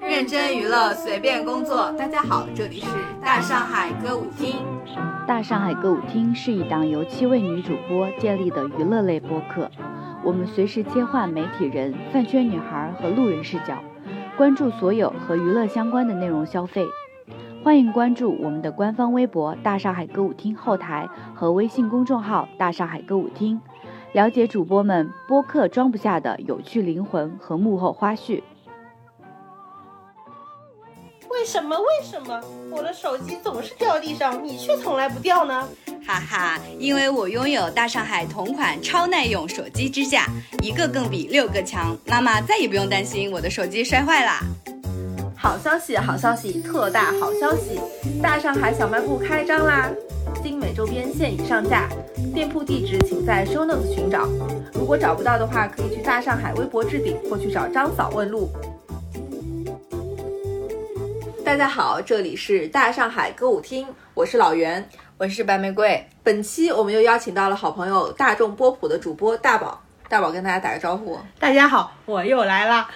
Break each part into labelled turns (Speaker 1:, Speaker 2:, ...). Speaker 1: 认真娱乐，随便工作。大家好，这里是大上海歌舞厅。
Speaker 2: 大上海歌舞厅是一档由七位女主播建立的娱乐类播客，我们随时切换媒体人、饭圈女孩和路人视角，关注所有和娱乐相关的内容消费。欢迎关注我们的官方微博“大上海歌舞厅”后台和微信公众号“大上海歌舞厅”，了解主播们播客装不下的有趣灵魂和幕后花絮。
Speaker 3: 为什么？为什么我的手机总是掉地上，你却从来不掉呢？
Speaker 1: 哈哈，因为我拥有大上海同款超耐用手机支架，一个更比六个强。妈妈再也不用担心我的手机摔坏啦。
Speaker 4: 好消息，好消息，特大好消息！大上海小卖部开张啦！精美周边现已上架，店铺地址请在 show notes 寻找。如果找不到的话，可以去大上海微博置顶或去找张嫂问路。
Speaker 1: 大家好，这里是大上海歌舞厅，我是老袁，
Speaker 5: 我是白玫瑰。
Speaker 1: 本期我们又邀请到了好朋友大众波普的主播大宝，大宝跟大家打个招呼。
Speaker 3: 大家好，我又来啦。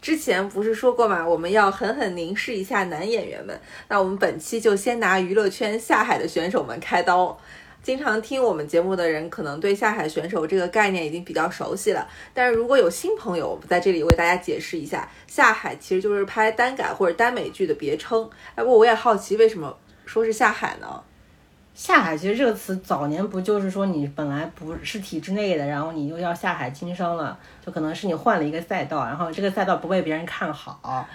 Speaker 1: 之前不是说过嘛，我们要狠狠凝视一下男演员们。那我们本期就先拿娱乐圈下海的选手们开刀。经常听我们节目的人，可能对下海选手这个概念已经比较熟悉了。但是如果有新朋友，我们在这里为大家解释一下，下海其实就是拍耽改或者耽美剧的别称。哎，不过我也好奇，为什么说是下海呢？
Speaker 3: 下海其实这个词早年不就是说你本来不是体制内的，然后你又要下海经商了，就可能是你换了一个赛道，然后这个赛道不被别人看好，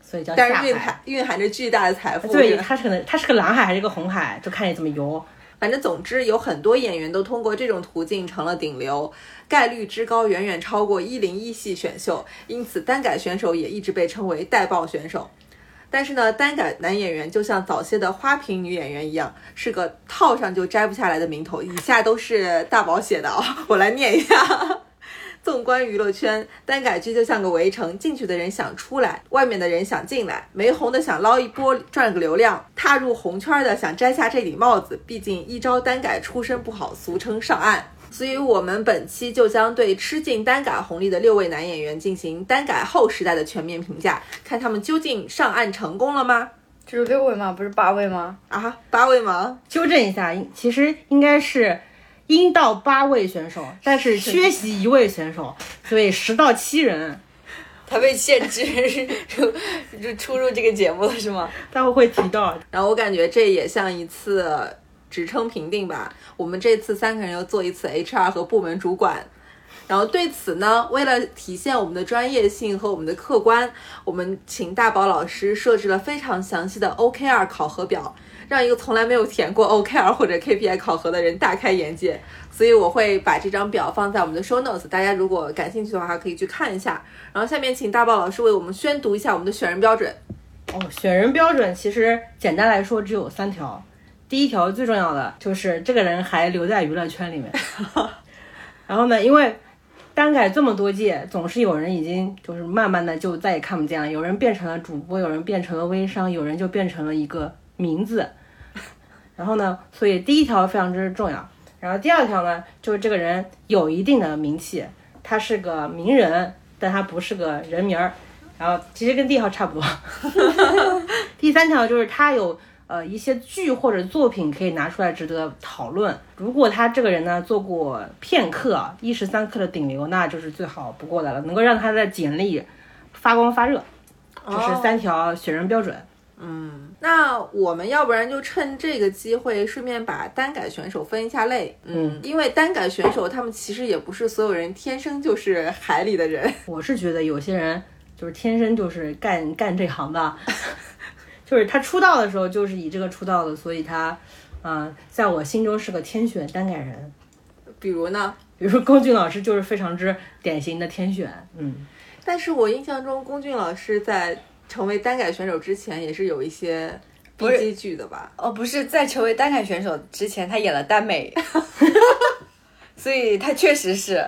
Speaker 3: 所以叫下
Speaker 1: 但是蕴
Speaker 3: 海。
Speaker 1: 含蕴含着巨大的财富。
Speaker 3: 对，
Speaker 1: 是吧
Speaker 3: 它是可能它是个蓝海还是个红海，就看你怎么游。
Speaker 1: 反正总之有很多演员都通过这种途径成了顶流，概率之高远远超过一零一系选秀，因此单改选手也一直被称为带爆选手。但是呢，单改男演员就像早些的花瓶女演员一样，是个套上就摘不下来的名头。以下都是大宝写的啊、我来念一下。纵观娱乐圈，单改剧就像个围城，进去的人想出来，外面的人想进来，没红的想捞一波赚个流量，踏入红圈的想摘下这顶帽子。毕竟一朝单改出身不好，俗称上岸。所以，我们本期就将对吃尽单改红利的六位男演员进行单改后时代的全面评价，看他们究竟上岸成功了吗？
Speaker 5: 这是六位吗？不是八位吗？
Speaker 1: 啊，八位吗？
Speaker 3: 纠正一下，应其实应该是应到八位选手，但是缺席一位选手，所以十到七人。
Speaker 5: 他被限制 出就出入这个节目了是吗？
Speaker 3: 待会会提到，
Speaker 1: 然后我感觉这也像一次职称评定吧。我们这次三个人又做一次 HR 和部门主管。然后对此呢，为了体现我们的专业性和我们的客观，我们请大宝老师设置了非常详细的 OKR 考核表，让一个从来没有填过 OKR 或者 KPI 考核的人大开眼界。所以我会把这张表放在我们的 show notes，大家如果感兴趣的话可以去看一下。然后下面请大宝老师为我们宣读一下我们的选人标准。
Speaker 3: 哦，选人标准其实简单来说只有三条。第一条最重要的就是这个人还留在娱乐圈里面。然后呢，因为单改这么多届，总是有人已经就是慢慢的就再也看不见了，有人变成了主播，有人变成了微商，有人就变成了一个名字。然后呢，所以第一条非常之重要。然后第二条呢，就是这个人有一定的名气，他是个名人，但他不是个人名儿。然后其实跟第一条差不多。第三条就是他有呃一些剧或者作品可以拿出来值得讨论。如果他这个人呢做过片刻一时三刻的顶流，那就是最好不过的了，能够让他的简历发光发热。这
Speaker 1: 哦
Speaker 3: 是三条选人标准。
Speaker 1: 嗯那我们要不然就趁这个机会，顺便把单改选手分一下类。
Speaker 3: 嗯，
Speaker 1: 因为单改选手他们其实也不是所有人天生就是 海里的人，
Speaker 3: 我是觉得有些人就是天生就是干干这行的， 就是他出道的时候就是以这个出道的，所以他，呃，在我心中是个天选单改人。
Speaker 1: 比如呢？
Speaker 3: 比如说龚俊老师就是非常之典型的天选，嗯，
Speaker 1: 但是我印象中，龚俊老师在成为单改选手之前，也是有一些 B
Speaker 5: 是
Speaker 1: G 剧的吧？
Speaker 5: 哦，不是，在成为单改选手之前，他演了耽 美，所以他确实是，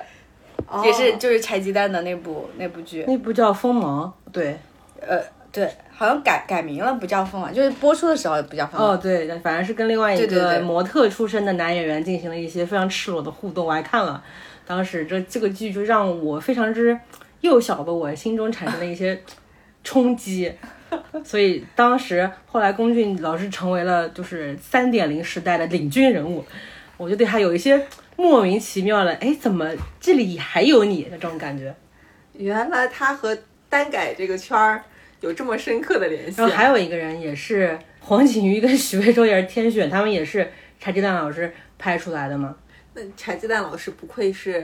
Speaker 5: 也是就是柴鸡蛋的那部那部剧，
Speaker 3: 那部叫《锋芒》，对，
Speaker 5: 呃，对，好像改改名了，不叫凤凰，就是播出的时候不叫凤凰。
Speaker 3: 哦对，反正是跟另外一
Speaker 5: 对对
Speaker 3: 个
Speaker 5: 对
Speaker 3: 模特出身的男演员进行了一些非常赤裸的互动，我还看了，当时这这个剧就让我非常之幼小的我心中产生了一些冲击，所以当时后来龚俊老师成为了就是三点零时代的领军人物，我就对他有一些莫名其妙的，哎，怎么这里还有你的这种感觉？
Speaker 1: 原来他和单改这个圈儿有这么深刻的联系啊
Speaker 3: 然。后还有一个人也是黄景瑜跟许魏洲也是天选，他们也是柴鸡蛋老师拍出来的嘛。
Speaker 1: 那柴鸡蛋老师不愧是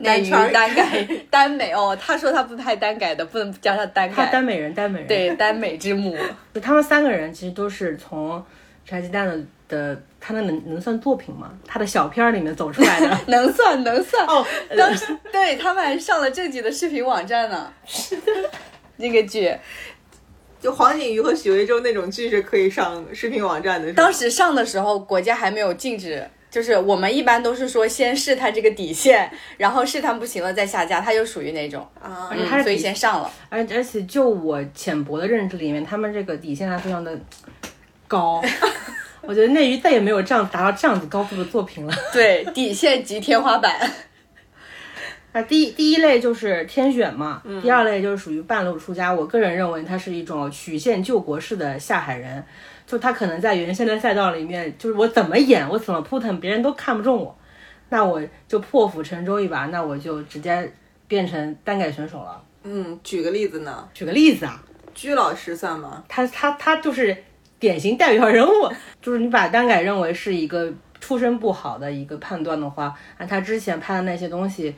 Speaker 5: 内
Speaker 1: 单
Speaker 5: 娱
Speaker 1: 圈儿
Speaker 5: 单 改耽美哦，他说他不拍单改的，不能叫他单
Speaker 3: 他
Speaker 5: 改。
Speaker 3: 耽美人，耽美人。
Speaker 5: 对耽美之母，。
Speaker 3: 就他们三个人其实都是从柴鸡蛋的的他的能能算作品吗？他的小片儿里面走出来的
Speaker 5: 能算能算。
Speaker 3: 哦，
Speaker 5: 当时 对他们还上了正经的视频网站 呢。那个剧
Speaker 1: 就 黄景瑜和许魏洲那种剧是可以上视频网站的，是吧
Speaker 5: 当时上的时候，国家还没有禁止，就是我们一般都是说先试探这个底线， 然后试探不行了再下架，他就属于那种，
Speaker 1: 啊，
Speaker 3: 且它
Speaker 5: 嗯，
Speaker 3: 是
Speaker 5: 所以
Speaker 3: 底
Speaker 5: 先上了。
Speaker 3: 而而且就我浅薄的认知里面，他们这个底线还非常的高。我觉得内娱再也没有这样达到这样子高度的作品了。
Speaker 5: 对，底线及天花 板。
Speaker 3: 那第一第一类就是天选嘛，第二类就是属于半路出家。我个人认为它是一种曲线救国式的下海人，就他可能在原先的赛道里面，就是我怎么演，我怎么扑腾，别人都看不中我，那我就破釜沉舟一把，那我就直接变成单改选手了。
Speaker 1: 嗯，举个例子呢，
Speaker 3: 举个例子啊，
Speaker 1: 鞠老师算吗？
Speaker 3: 他他他就是典型代表人物， 就是你把单改认为是一个出身不好的一个判断的话，按他之前拍的那些东西，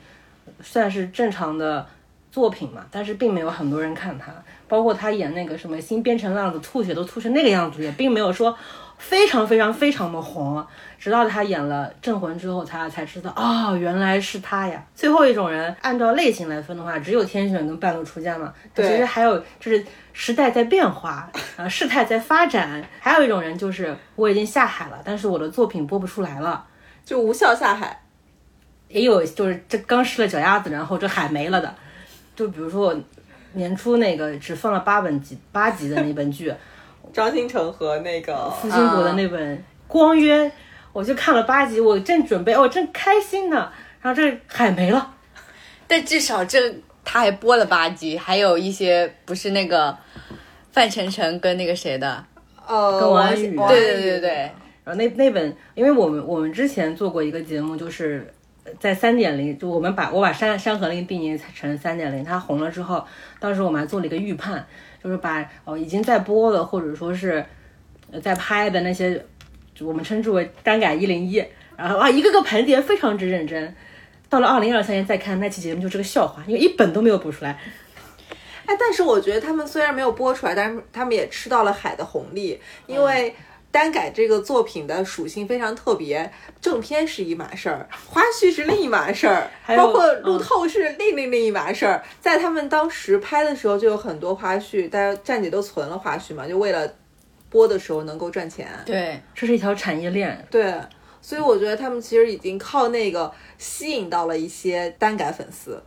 Speaker 3: 算是正常的作品嘛，但是并没有很多人看他，包括他演那个什么新编程浪子吐血都吐成那个样子，也并没有说。非常非常非常的红，直到他演了《镇魂》之后，他才知道哦，原来是他呀。最后一种人，按照类型来分的话，只有天选跟半路出家嘛。
Speaker 1: 对
Speaker 3: 其实还有就是时代在变化，啊，事态在发展。还有一种人就是我已经下海了，但是我的作品播不出来了。
Speaker 1: 就无效下海，
Speaker 3: 也有就是这刚吃了脚丫子，然后这海没了的。就比如说我年初那个只放了八本集八集的那本剧，
Speaker 1: 张新成和那个
Speaker 3: 斯辛格的那本《光渊》，我就看了八集，我正准备，我哦正开心呢，然后这海没了，
Speaker 5: 但至少这他还播了八集，还有一些不是那个范丞丞跟那个谁的，
Speaker 1: 呃
Speaker 3: 跟王
Speaker 1: 王
Speaker 3: 安宇啊嗯
Speaker 1: 王安
Speaker 5: 对哦对对对，
Speaker 3: 然后那那本，因为我们我们之前做过一个节目，就是呃在三点零，就我们把我把山《山河令》定义成三点零，它红了之后，当时我们还做了一个预判，就是把哦已经在播了，或者说是呃在拍的那些，就我们称之为单改一零一，然后啊一个个盘点，非常之认真。到了二零二三年再看那期节目就是个笑话，因为一本都没有补出来。
Speaker 1: 哎，但是我觉得他们虽然没有播出来，但是他们也吃到了海的红利，因为单改这个作品的属性非常特别，正片是一码事儿，花絮是另一码事儿，
Speaker 3: 还有
Speaker 1: 包括路
Speaker 3: 嗯
Speaker 1: 透是另另另一码事儿。在他们当时拍的时候，就有很多花絮，大家站姐都存了花絮嘛，就为了播的时候能够赚钱。
Speaker 5: 对，
Speaker 3: 这是一条产业链，
Speaker 1: 对，所以我觉得他们其实已经靠那个吸引到了一些单改粉丝。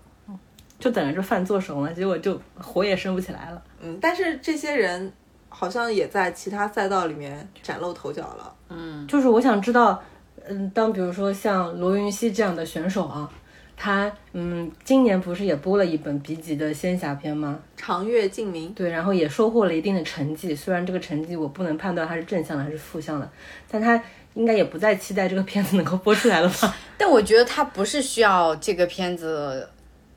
Speaker 3: 就等着这饭做熟了，结果就火也升不起来了。
Speaker 1: 嗯，但是这些人好像也在其他赛道里面崭露头角了。嗯
Speaker 3: 就是我想知道，嗯，当比如说像罗云熙这样的选手啊，他嗯，今年不是也播了一本笔记的仙侠片吗？
Speaker 1: 长月烬明，
Speaker 3: 对，然后也收获了一定的成绩，虽然这个成绩我不能判断它是正向的还是负向的，但他应该也不再期待这个片子能够播出来了吧？
Speaker 5: 但我觉得他不是需要这个片子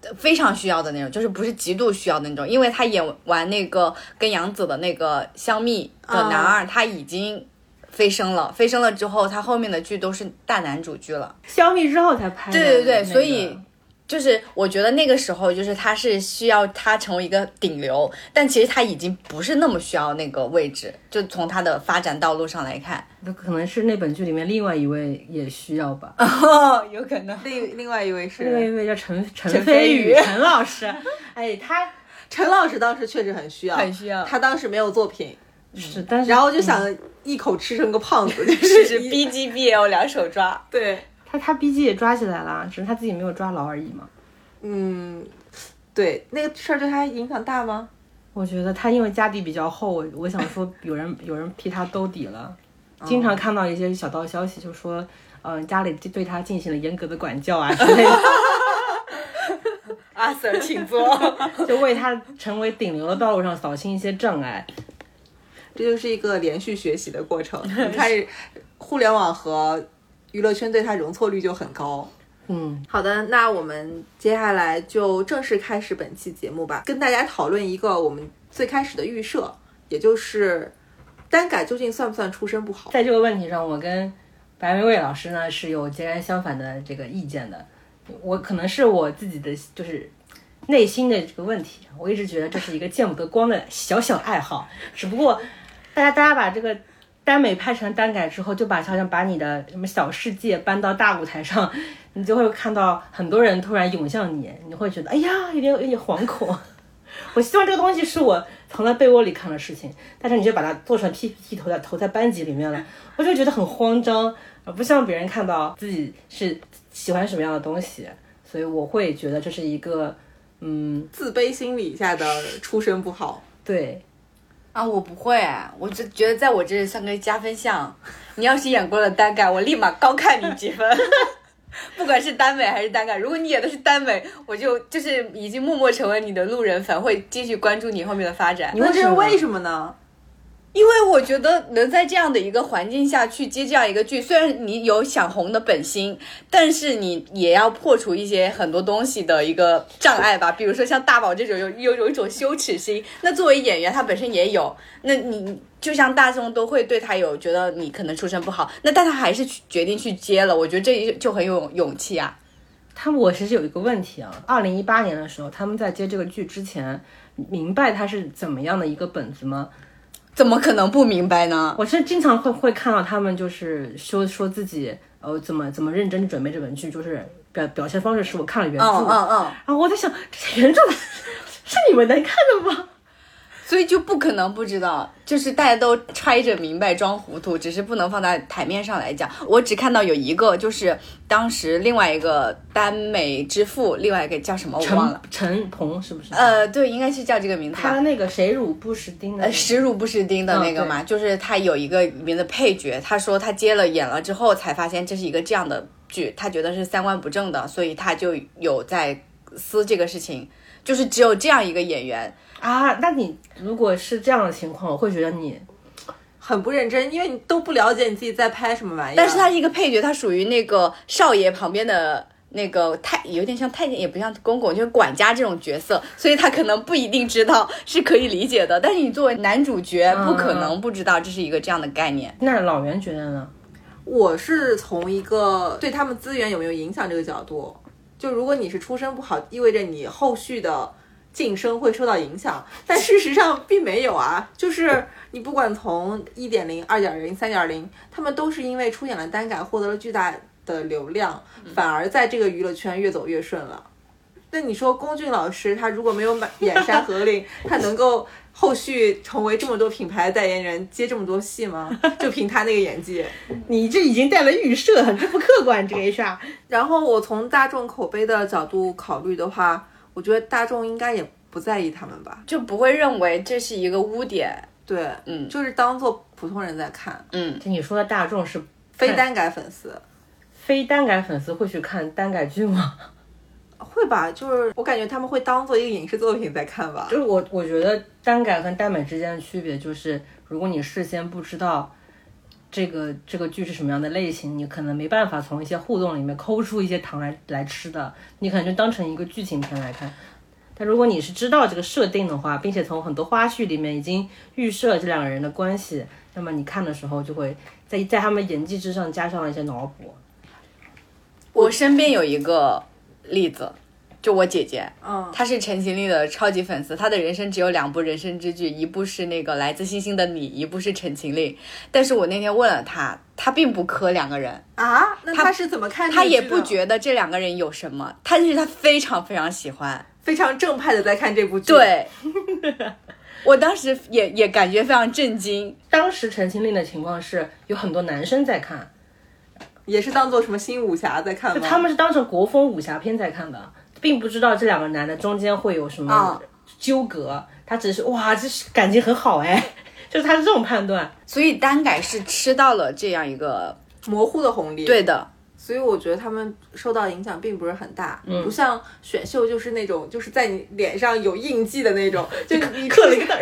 Speaker 5: 呃非常需要的那种，就是不是极度需要的那种，因为他演完那个跟杨紫的那个香蜜的男二，他已经飞升了，飞升了之后，他后面的剧都是大男主剧了。
Speaker 3: 消灭之后才拍的那个。
Speaker 5: 对对对，所以。就是我觉得那个时候，就是他是需要他成为一个顶流，但其实他已经不是那么需要那个位置。就从他的发展道路上来看，
Speaker 3: 那可能是那本剧里面另外一位也需要吧，
Speaker 5: 哦，有可能
Speaker 1: 另另外一位
Speaker 3: 另外一
Speaker 1: 是
Speaker 3: 位叫陈陈
Speaker 5: 陈
Speaker 3: 飞
Speaker 5: 飞
Speaker 3: 宇
Speaker 5: 宇
Speaker 3: 陈老 师，哎，他
Speaker 1: 陈老师，当时确实很需要，
Speaker 5: 很需要
Speaker 1: 他当时没有作品，
Speaker 3: 是，但是嗯
Speaker 1: 然后就想一口吃成个胖子，就是
Speaker 5: 是
Speaker 1: 一
Speaker 5: B G B L 两手抓。
Speaker 1: 对，
Speaker 3: 他他 B G 也抓起来了，只是他自己没有抓牢而已嘛。
Speaker 1: 嗯，对，那个事儿对他影响大吗？
Speaker 3: 我觉得他因为家底比较厚，我我想说有人有人替他兜底了， 经常看到一些小道消息，就说嗯、呃家里对他进行了严格的管教啊之类的。
Speaker 1: 阿 Sir 请坐。
Speaker 3: 就为他成为顶流的道路上扫清一些障碍。
Speaker 1: 这就是一个连续学习的过 程。你看，互联网和娱乐圈对它容错率就很高。
Speaker 3: 嗯，
Speaker 1: 好的，那我们接下来就正式开始本期节目吧，跟大家讨论一个我们最开始的预设，也就是单改究竟算不算出身不好？
Speaker 3: 在这个问题上，我跟白玫瑰老师呢是有截然相反的这个意见的。我可能是我自己的就是内心的这个问题，我一直觉得这是一个见不得光的小小爱好，只不过大家大家把这个耽美拍成耽改之后，就把好像把你的什么小世界搬到大舞台上，你就会看到很多人突然涌向你，你会觉得哎呀，有点有点惶恐。我希望这个东西是我藏在被窝里看的事情，但是你就把它做成 PPT 投在投在班级里面了，我就觉得很慌张，而不像别人看到自己是喜欢什么样的东西，所以我会觉得这是一个，嗯，
Speaker 1: 自卑心理下的出身不好，
Speaker 3: 对，
Speaker 5: 啊，我不会，我就觉得在我这像个加分项。你要是演过了单改，我立马高看你几分。 不管是耽美还是单改，如果你演的是耽美，我就就是已经默默成为你的路人粉，会继续关注你后面的发展。
Speaker 1: 那这是
Speaker 3: 为什么
Speaker 1: 为什么呢？
Speaker 5: 因为我觉得能在这样的一个环境下去接这样一个剧，虽然你有想红的本心，但是你也要破除一些很多东西的一个障碍吧。比如说像大宝这种有有有一种羞耻心，那作为演员他本身也有，那你就像大众都会对他有觉得你可能出身不好，那但他还是去决定去接了，我觉得这一就很有勇气啊。
Speaker 3: 他们我其实有一个问题啊，二零一八年的时候，他们在接这个剧之前，明白它是怎么样的一个本子吗？
Speaker 5: 怎么可能不明白呢？
Speaker 3: 我是经常会会看到他们就是说说自己呃怎么怎么认真准备这本剧，就是表表现方式是我看了原著，
Speaker 5: 嗯嗯嗯，
Speaker 3: 然后我在想这些原著的是你们能看的吗？
Speaker 5: 所以就不可能不知道，就是大家都揣着明白装糊涂，只是不能放在台面上来讲。我只看到有一个，就是当时另外一个耽美之父，另外一个叫什么我忘
Speaker 3: 陈
Speaker 5: 了，
Speaker 3: 陈鹏是不是？，
Speaker 5: 呃，对，应该是叫这个名字
Speaker 3: 他
Speaker 5: 吧。
Speaker 3: 那个谁辱不识丁的那
Speaker 5: 呃，
Speaker 3: 个
Speaker 5: 实辱不识丁的那个嘛，就是他有一个里面的配角，他说他接了演了之后才发现这是一个这样的剧，他觉得是三观不正的，所以他就有在撕这个事情。就是只有这样一个演员，
Speaker 3: 啊，那你如果是这样的情况，我会觉得你
Speaker 1: 很不认真，因为你都不了解你自己在拍什么玩意儿。
Speaker 5: 但是他是一个配角，他属于那个少爷旁边的那个太，有点像太监，也不像公公，就是管家这种角色，所以他可能不一定知道，是可以理解的。但是你作为男主角，不可能不知道这是一个这样的概念。
Speaker 3: 那老袁觉得呢？
Speaker 1: 我是从一个对他们资源有没有影响这个角度，就如果你是出身不好，意味着你后续的晋升会受到影响，但事实上并没有啊。 就是你不管从一点零、二点零、三点零，他们都是因为出演了单改获得了巨大的流量，反而在这个娱乐圈越走越顺了。那你说龚俊老师他如果没有买演《山河令》，他能够后续成为这么多品牌的代言人，接这么多戏吗？就凭他那个演技。
Speaker 3: 你这已经带了预设，这不客观，这个 HR。
Speaker 1: 然后我从大众口碑的角度考虑的话，我觉得大众应该也不在意他们吧？
Speaker 5: 就不会认为这是一个污点，
Speaker 1: 对，
Speaker 5: 嗯
Speaker 1: 就是当做普通人在看，
Speaker 5: 嗯，
Speaker 3: 就你说的大众是
Speaker 1: 非单改粉丝
Speaker 3: 非单改粉丝会去看单改剧吗？
Speaker 1: 会吧？就是我感觉他们会当做一个影视作品在看吧
Speaker 3: 就。是我我觉得单改跟耽美之间的区别就是，如果你事先不知道这个这个剧是什么样的类型，你可能没办法从一些互动里面抠出一些糖来来吃的，你可能就当成一个剧情片来看。但如果你是知道这个设定的话，并且从很多花絮里面已经预设这两个人的关系，那么你看的时候就会在在他们演技之上加上了一些脑补。
Speaker 5: 我身边有一个例子，就我姐姐，
Speaker 1: 嗯，
Speaker 5: 她是陈情令的超级粉丝，她的人生只有两部人生之剧，一部是那个《来自星星的你》，一部是陈情令。但是我那天问了她，她并不磕两个人，
Speaker 1: 啊，那他是怎么看这
Speaker 5: 她
Speaker 1: 个剧
Speaker 5: 也
Speaker 1: 的？
Speaker 5: 不觉得这两个人有什么，她就是她非常 非常喜欢。
Speaker 1: 非常正派的在看这部剧。，
Speaker 5: 对，我当时也也感觉非常震惊，
Speaker 3: 当时《陈情令》的情况是有很多男生在看，
Speaker 1: 也是当做什么新武侠在看
Speaker 3: 就
Speaker 1: 吗？
Speaker 3: 他们是当成国风武侠片在看的，并不知道这两个男的中间会有什么
Speaker 5: 啊
Speaker 3: 纠葛。他只是哇，这是感情很好哎， 就是他是这种判断。
Speaker 5: 所以单改是吃到了这样一个
Speaker 1: 模糊的红利。
Speaker 5: 对，的。
Speaker 1: 所以我觉得他们受到影响并不是很大，
Speaker 5: 嗯
Speaker 1: 不像选秀就是那种就是在你脸上有印记的那 种，就你
Speaker 3: 刻了一个字儿，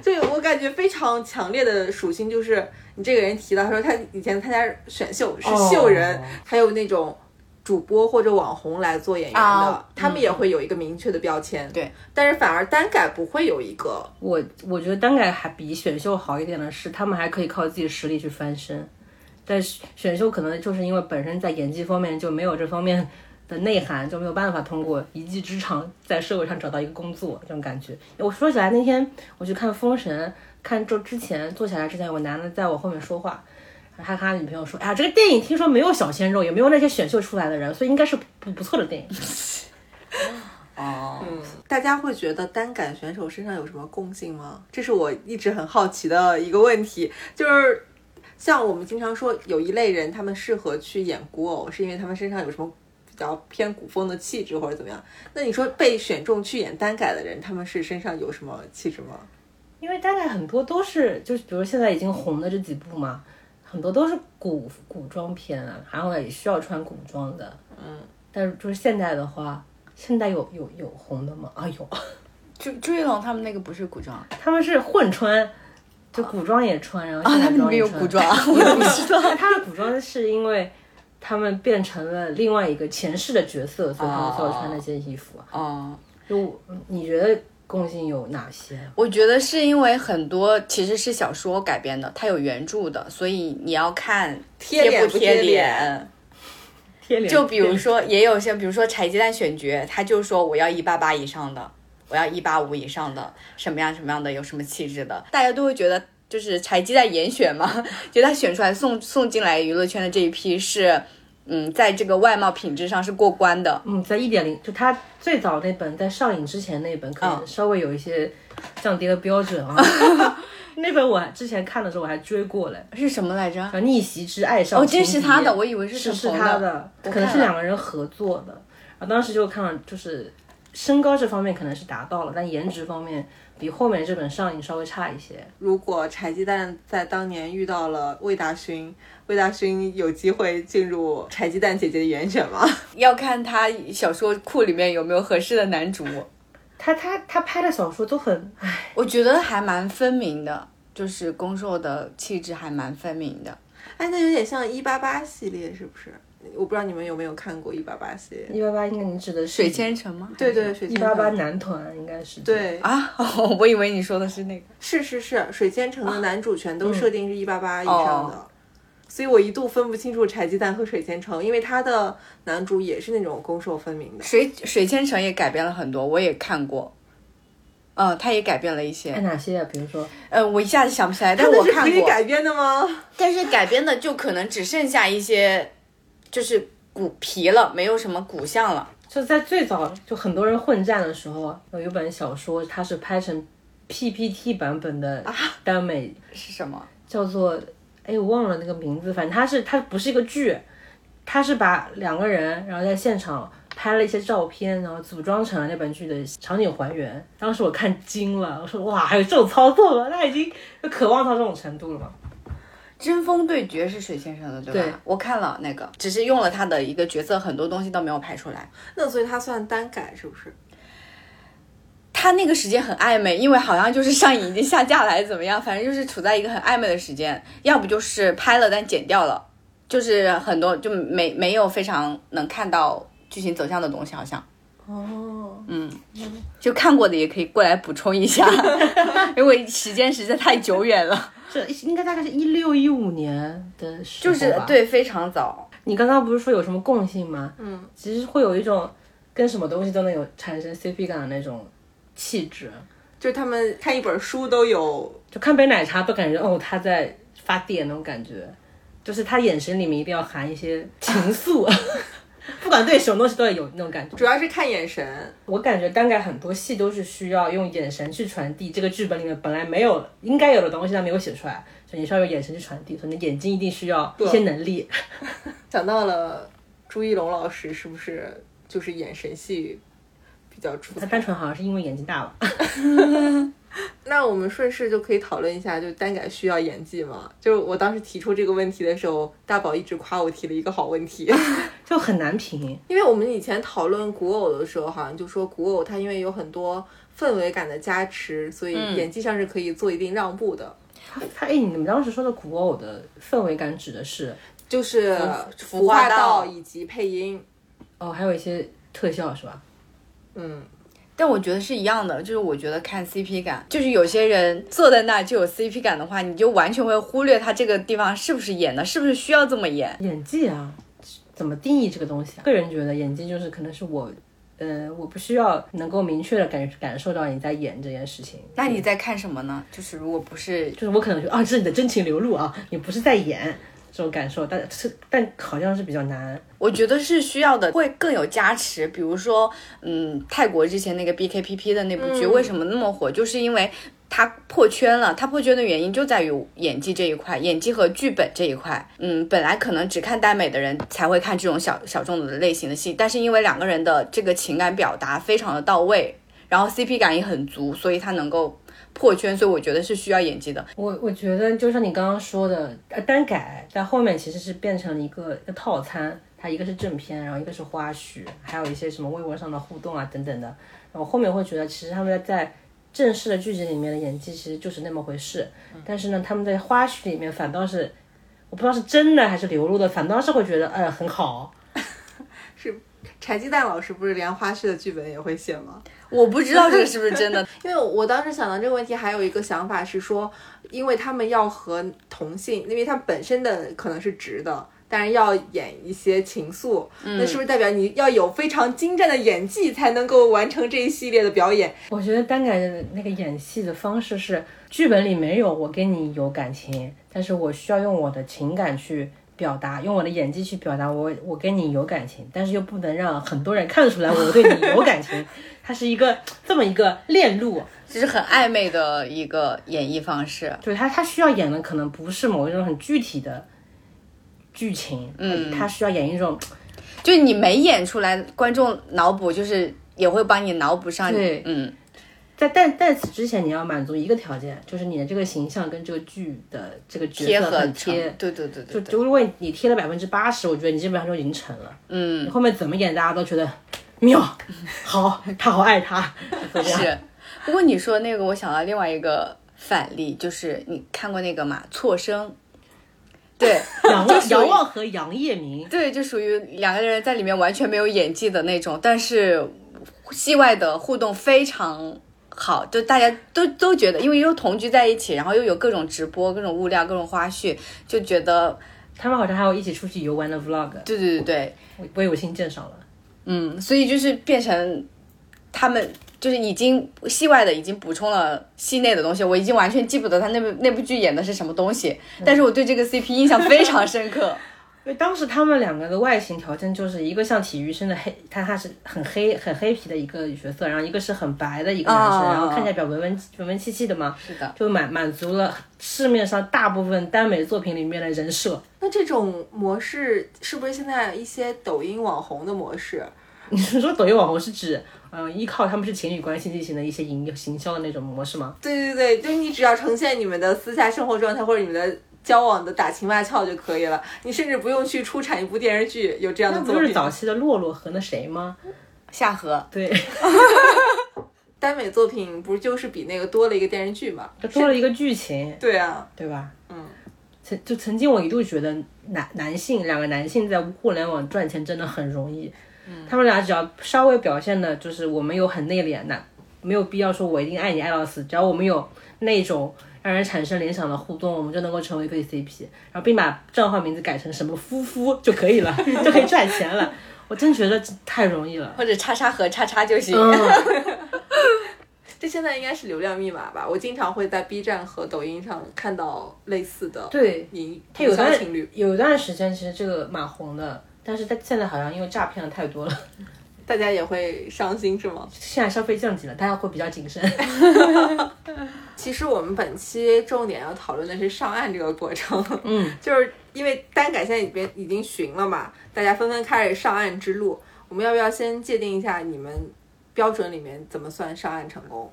Speaker 1: 就我感觉非常强烈的属性就是你这个人提到说他以前参加选秀是秀人，
Speaker 3: 哦
Speaker 1: 还有那种主播或者网红来做演员的，
Speaker 5: 啊
Speaker 1: 他们也会有一个明确的标签。
Speaker 5: 对，
Speaker 1: 但是反而单改不会有一个。
Speaker 3: 我我觉得单改还比选秀好一点的是，他们还可以靠自己实力去翻身，但是选秀可能就是因为本身在演技方面就没有这方面的内涵，就没有办法通过一技之长在社会上找到一个工作这种感觉。我说起来那天我去看《封神》，看这之前坐下来之前，有个男的在我后面说话。然后他跟他女朋友说：“哎呀，这个电影听说没有小鲜肉，也没有那些选秀出来的人，所以应该是不不错的电影。
Speaker 5: 哦，
Speaker 1: 大家会觉得单杆选手身上有什么共性吗？这是我一直很好奇的一个问题，就是像我们经常说有一类人，他们适合去演古偶，是因为他们身上有什么比较偏古风的气质或者怎么样。那你说被选中去演单改的人，他们是身上有什么气质吗？
Speaker 3: 因为大概很多都是，就是比如现在已经红的这几部嘛，很多都是古古装片啊，然后也需要穿古装的。嗯，但是就是现代的话，现代有有有红的吗？啊，有，
Speaker 5: 朱朱一龙他们那个不是古装啊，
Speaker 3: 他们是混穿，就古装也穿，然后现
Speaker 5: 他
Speaker 3: 代
Speaker 5: 们那
Speaker 3: 装
Speaker 5: 边
Speaker 3: 也穿。
Speaker 5: 有古装，我怎么知道？
Speaker 3: 但他的古装是因为他们变成了另外一个前世的角色，所以他们需要穿那些衣服啊。
Speaker 5: 哦，
Speaker 3: 就我你觉得共性有哪些？
Speaker 5: 我觉得是因为很多其实是小说改编的，它有原著的，所以你要看
Speaker 1: 贴脸
Speaker 5: 不
Speaker 1: 不贴
Speaker 5: 贴
Speaker 1: 脸。
Speaker 3: 贴脸
Speaker 5: 就比如说，也有些，比如说柴鸡蛋选角，他就说我要一八八以上的，我要一八五以上的，什么样什么样的，有什么气质的，大家都会觉得就是柴鸡蛋严选嘛， 觉得他选出来送送进来娱乐圈的这一批是，嗯，在这个外貌品质上是过关的，
Speaker 3: 嗯，在一点零，就他最早那本在上映之前那本，可能
Speaker 5: 嗯
Speaker 3: 稍微有一些降低了标准 啊。那本我之前看的时候我还追过嘞，
Speaker 5: 是什么来着？
Speaker 3: 叫《逆袭之爱上
Speaker 5: 哦，
Speaker 3: 情
Speaker 5: 这
Speaker 3: 敌》
Speaker 5: 是他的，我以为
Speaker 3: 是
Speaker 5: 是
Speaker 3: 是
Speaker 5: 陈红
Speaker 3: 他
Speaker 5: 的，我
Speaker 3: 可能
Speaker 5: 看
Speaker 3: 是
Speaker 5: 了
Speaker 3: 两个人合作的。啊，当时就看了，就是身高这方面可能是达到了，但颜值方面比后面这本上映稍微差一些。
Speaker 1: 如果柴鸡蛋在当年遇到了魏大勋，魏大勋有机会进入柴鸡蛋姐姐的原选吗？
Speaker 5: 要看他小说库里面有没有合适的男主，
Speaker 3: 他他他拍的小说都很，唉，
Speaker 5: 我觉得还蛮分明的，就是攻受的气质还蛮分明的。
Speaker 1: 哎，那有点像一八八系列，是不是？我不知道你们有没有看过一八八系列。
Speaker 3: 一八八应该你指的是
Speaker 5: 水千城吗？
Speaker 1: 对对，水
Speaker 3: 一
Speaker 1: 千
Speaker 3: 八八
Speaker 1: 城
Speaker 3: 男团应该是
Speaker 1: 对
Speaker 5: 啊， 我以为你说的是那个。
Speaker 1: 是是是，水千城的男主全都设定是一八八以上的，所以我一度分不清楚柴鸡蛋和水千城，因为他的男主也是那种攻受分明的。
Speaker 5: 水水千城也改编了很多，我也看过。嗯，他也改编了一
Speaker 3: 拍
Speaker 5: 些，
Speaker 3: 哪些啊？比如说
Speaker 5: 呃，我一下子想不起来，但
Speaker 1: 他
Speaker 5: 我
Speaker 1: 嗯那是
Speaker 5: 看
Speaker 1: 可以
Speaker 5: 过。
Speaker 1: 改编的吗？
Speaker 5: 但是改编的就可能只剩下一些，就是骨皮了，没有什么骨相了。
Speaker 3: 就在最早就很多人混战的时候啊，有一本小说，它是拍成 PPT 版本的耽美，
Speaker 5: 是什么？
Speaker 3: 叫做哎我忘了那个名字，反正它是它不是一个剧，它是把两个人然后在现场拍了一些照片，然后组装成了那本剧的场景还原。当时我看惊了，我说哇，还有这种操作吗？他已经渴望到这种程度了吗？
Speaker 5: 针锋对决是水先生的，对吧？
Speaker 3: 对
Speaker 5: 我看了那个，只是用了他的一个角色，很多东西都没有拍出来。
Speaker 1: 那所以他算单改是不是？
Speaker 5: 他那个时间很暧昧，因为好像就是上瘾已经下架了还是怎么样，反正就是处在一个很暧昧的时间，要不就是拍了但剪掉了，就是很多就没没有非常能看到剧情走向的东西，好像嗯
Speaker 1: 哦，
Speaker 5: 就看过的也可以过来补充一下，因为时间实在太久远了，
Speaker 3: 这应该大概是一六一五年的时
Speaker 5: 就
Speaker 3: 候
Speaker 5: 是
Speaker 3: 吧
Speaker 5: 对非常早，
Speaker 3: 你刚刚不是说有什么共性吗？嗯，其实会有一种跟什么东西都能有产生 CP 感的那种气质，
Speaker 1: 就是他们看一本书都有，
Speaker 3: 就看杯奶茶都感觉哦他在发电那种感觉，就是他眼神里面一定要含一些情愫， 不管对什么东西都要有那种感觉。
Speaker 1: 主要是看眼神。
Speaker 3: 我感觉单改很多戏都是需要用眼神去传递这个剧本里面本来没有应该有的东西，它没有写出来，所以你需要用眼神去传递，所以你眼睛一定需要一些能力。
Speaker 1: 想到了朱一龙老师，是不是就是眼神戏比较出
Speaker 3: 他
Speaker 1: 彩？
Speaker 3: 单纯好像是因为眼睛大了。
Speaker 1: 那我们顺势就可以讨论一下，就单改需要演技吗？就我当时提出这个问题的时候，大宝一直夸我提了一个好问题，
Speaker 3: 就很难评。
Speaker 1: 因为我们以前讨论古偶的时候，好像就说古偶它因为有很多氛围感的加持，所以演技上是可以做一定让步的，
Speaker 3: 他哎，你们当时说的古偶的氛围感指的是
Speaker 1: 就是
Speaker 5: 服
Speaker 1: 服化
Speaker 5: 化道
Speaker 1: 道以及配音，
Speaker 3: 哦，还有一些特效是吧？
Speaker 1: 嗯，
Speaker 5: 但我觉得是一样的，就是我觉得看 CP 感，就是有些人坐在那就有 CP 感的话，你就完全会忽略他这个地方是不是演的，是不是需要这么演。
Speaker 3: 演技啊，怎么定义这个东西啊？个人觉得演技就是可能是我，呃，我不需要能够明确的感感受到你在演这件事情。
Speaker 5: 那你在看什么呢？就是如果不是
Speaker 3: 就是我可能觉得啊，这是你的真情流露啊，你不是在演这种感受，但是但好像是比较难。
Speaker 5: 我觉得是需要的，会更有加持。比如说，嗯，泰国之前那个 BKPP 的那部剧、为什么那么火，就是因为它破圈了。它破圈的原因就在于演技这一块，演技和剧本这一块。嗯，本来可能只看耽美的人才会看这种小小众的类型的戏，但是因为两个人的这个情感表达非常的到位，然后 CP 感也很足，所以它能够破圈。所以我觉得是需要演技的。
Speaker 3: 我我觉得就像你刚刚说的，呃，单改在后面其实是变成了一个一个套餐，它一个是正片，然后一个是花絮，还有一些什么微博上的互动啊等等的。然后后面会觉得，其实他们在正式的剧集里面的演技其实就是那么回事，但是呢，他们在花絮里面反倒是，我不知道是真的还是流露的，反倒是会觉得，呃，很好。
Speaker 1: 柴鸡蛋老师不是连花絮的剧本也会写吗？
Speaker 5: 我不知道这个是不是真的，
Speaker 1: 因为我当时想到这个问题，还有一个想法是说，因为他们要和同性，因为他们本身的可能是直的，但是要演一些情愫，
Speaker 3: 嗯
Speaker 1: 那是不是代表你要有非常精湛的演技才能够完成这一系列的表演？
Speaker 3: 我觉得单改的那个演戏的方式是，剧本里没有我跟你有感情，但是我需要用我的情感去表达，用我的演技去表达我我跟你有感情，但是又不能让很多人看出来我对你有感 情，它是一个这么一个链路，
Speaker 5: 就是很暧昧的一个演绎方式。
Speaker 3: 就是他他需要演的可能不是某一种很具体的剧情，嗯，他需要演一种
Speaker 5: 就你没演出来，观众脑补就是也会帮你脑补上。
Speaker 3: 对
Speaker 5: 嗯，
Speaker 3: 在但在此之前你要满足一个条件，就是你的这个形象跟这个剧的这个角
Speaker 5: 贴
Speaker 3: 色
Speaker 5: 合
Speaker 3: 很
Speaker 5: 成
Speaker 3: 贴，
Speaker 5: 对对对
Speaker 3: 就
Speaker 5: 对对。
Speaker 3: 就如果你贴了百分之八十，我觉得你基本上就已经成了。你
Speaker 5: 嗯，
Speaker 3: 后面怎么演，大家都觉得妙，好，他好爱 他，怎么样？
Speaker 5: 是。不过你说那个，我想到另外一个反例，就是你看过那个嘛，《错生》。对
Speaker 3: 杨
Speaker 5: 就
Speaker 3: 望杨
Speaker 5: 属于
Speaker 3: 望和杨业明，
Speaker 5: 对，就属于两个人在里面完全没有演技的那种，但是戏外的互动非常好，就大家都都觉得，因为又同居在一起，然后又有各种直播、各种物料、各种花絮，就觉得
Speaker 3: 他们好像还有一起出去游玩的 vlog，
Speaker 5: 对对对对，
Speaker 3: 我我有幸见上了。
Speaker 5: 嗯，所以就是变成他们就是已经戏外的已经补充了戏内的东西，我已经完全记不得他那部那部剧演的是什么东西，
Speaker 3: 嗯
Speaker 5: 但是我对这个 CP 印象非常 深刻。
Speaker 3: 因为当时他们两个的外形条件就是一个像体育生的黑，他他是很黑很黑皮的一个角色，然后一个是很白的一个男生，
Speaker 5: 哦
Speaker 3: 然后看起来比较文文文文气气的嘛，
Speaker 5: 是的，
Speaker 3: 就满满足了市面上大部分耽美作品里面的人设。
Speaker 1: 那这种模式是不是现在一些抖音网红的模式？
Speaker 3: 你是说抖音网红是指，嗯、依靠他们是情侣关系进行的一些营行销的那种模式吗？
Speaker 1: 对对对，就是你只要呈现你们的私下生活状态或者你们的。交往的打情骂俏就可以了，你甚至不用去出产一部电视剧，有这样的
Speaker 3: 那
Speaker 1: 作
Speaker 3: 不
Speaker 1: 品。
Speaker 3: 就是早期的洛洛和那谁吗？
Speaker 5: 下河
Speaker 3: 对，
Speaker 1: 耽美作品不就是比那个多了一个电视剧嘛？
Speaker 3: 就多了一个剧情，
Speaker 1: 对啊，
Speaker 3: 呃对吧？
Speaker 1: 嗯，
Speaker 3: 曾就曾经我一度觉得男男性两个男性在互联网赚钱真的很容易，他们俩只要稍微表现的就是我们有很内敛的，没有必要说我一定爱你爱到死，只要我们有那种让人产生联想的互动，我们就能够成为一对 CP，然后并把账号名字改成什么夫妇就可以了，就可以赚钱了。我真觉得这太容易了。
Speaker 5: 或者叉叉河叉叉就行。
Speaker 3: 嗯
Speaker 1: 这现在应该是流量密码吧？我经常会在 B 站和抖音上看到类似的
Speaker 3: 对，
Speaker 1: 营
Speaker 3: 他有
Speaker 1: 营销
Speaker 3: 段
Speaker 1: 情侣，
Speaker 3: 有一段时间其实这个蛮红的，但是他现在好像因为诈骗的太多了，
Speaker 1: 大家也会伤心是吗？
Speaker 3: 现在消费降级了，大家会比较谨慎。
Speaker 1: 其实我们本期重点要讨论的是上岸这个过程，嗯， 就是因为单改现在已经已经寻了嘛，大家纷纷开始上岸之路。我们要不要先界定一下你们标准里面怎么算上岸成功？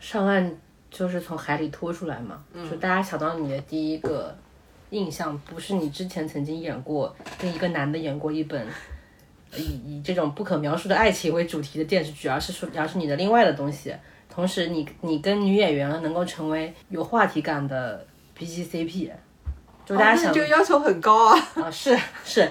Speaker 3: 上岸就是从海里拖出来嘛，就大家想到你的第一个印象，不是你之前曾经演过跟一个男的演过一本呃以以这种不可描述的爱情为主题的电视剧，而是说而是你的另外的东西。同时你，你跟女演员能够成为有话题感的 B G C P，就大家
Speaker 1: 哦那
Speaker 3: 想、
Speaker 1: 你这个要求很高啊。
Speaker 3: 啊，是是，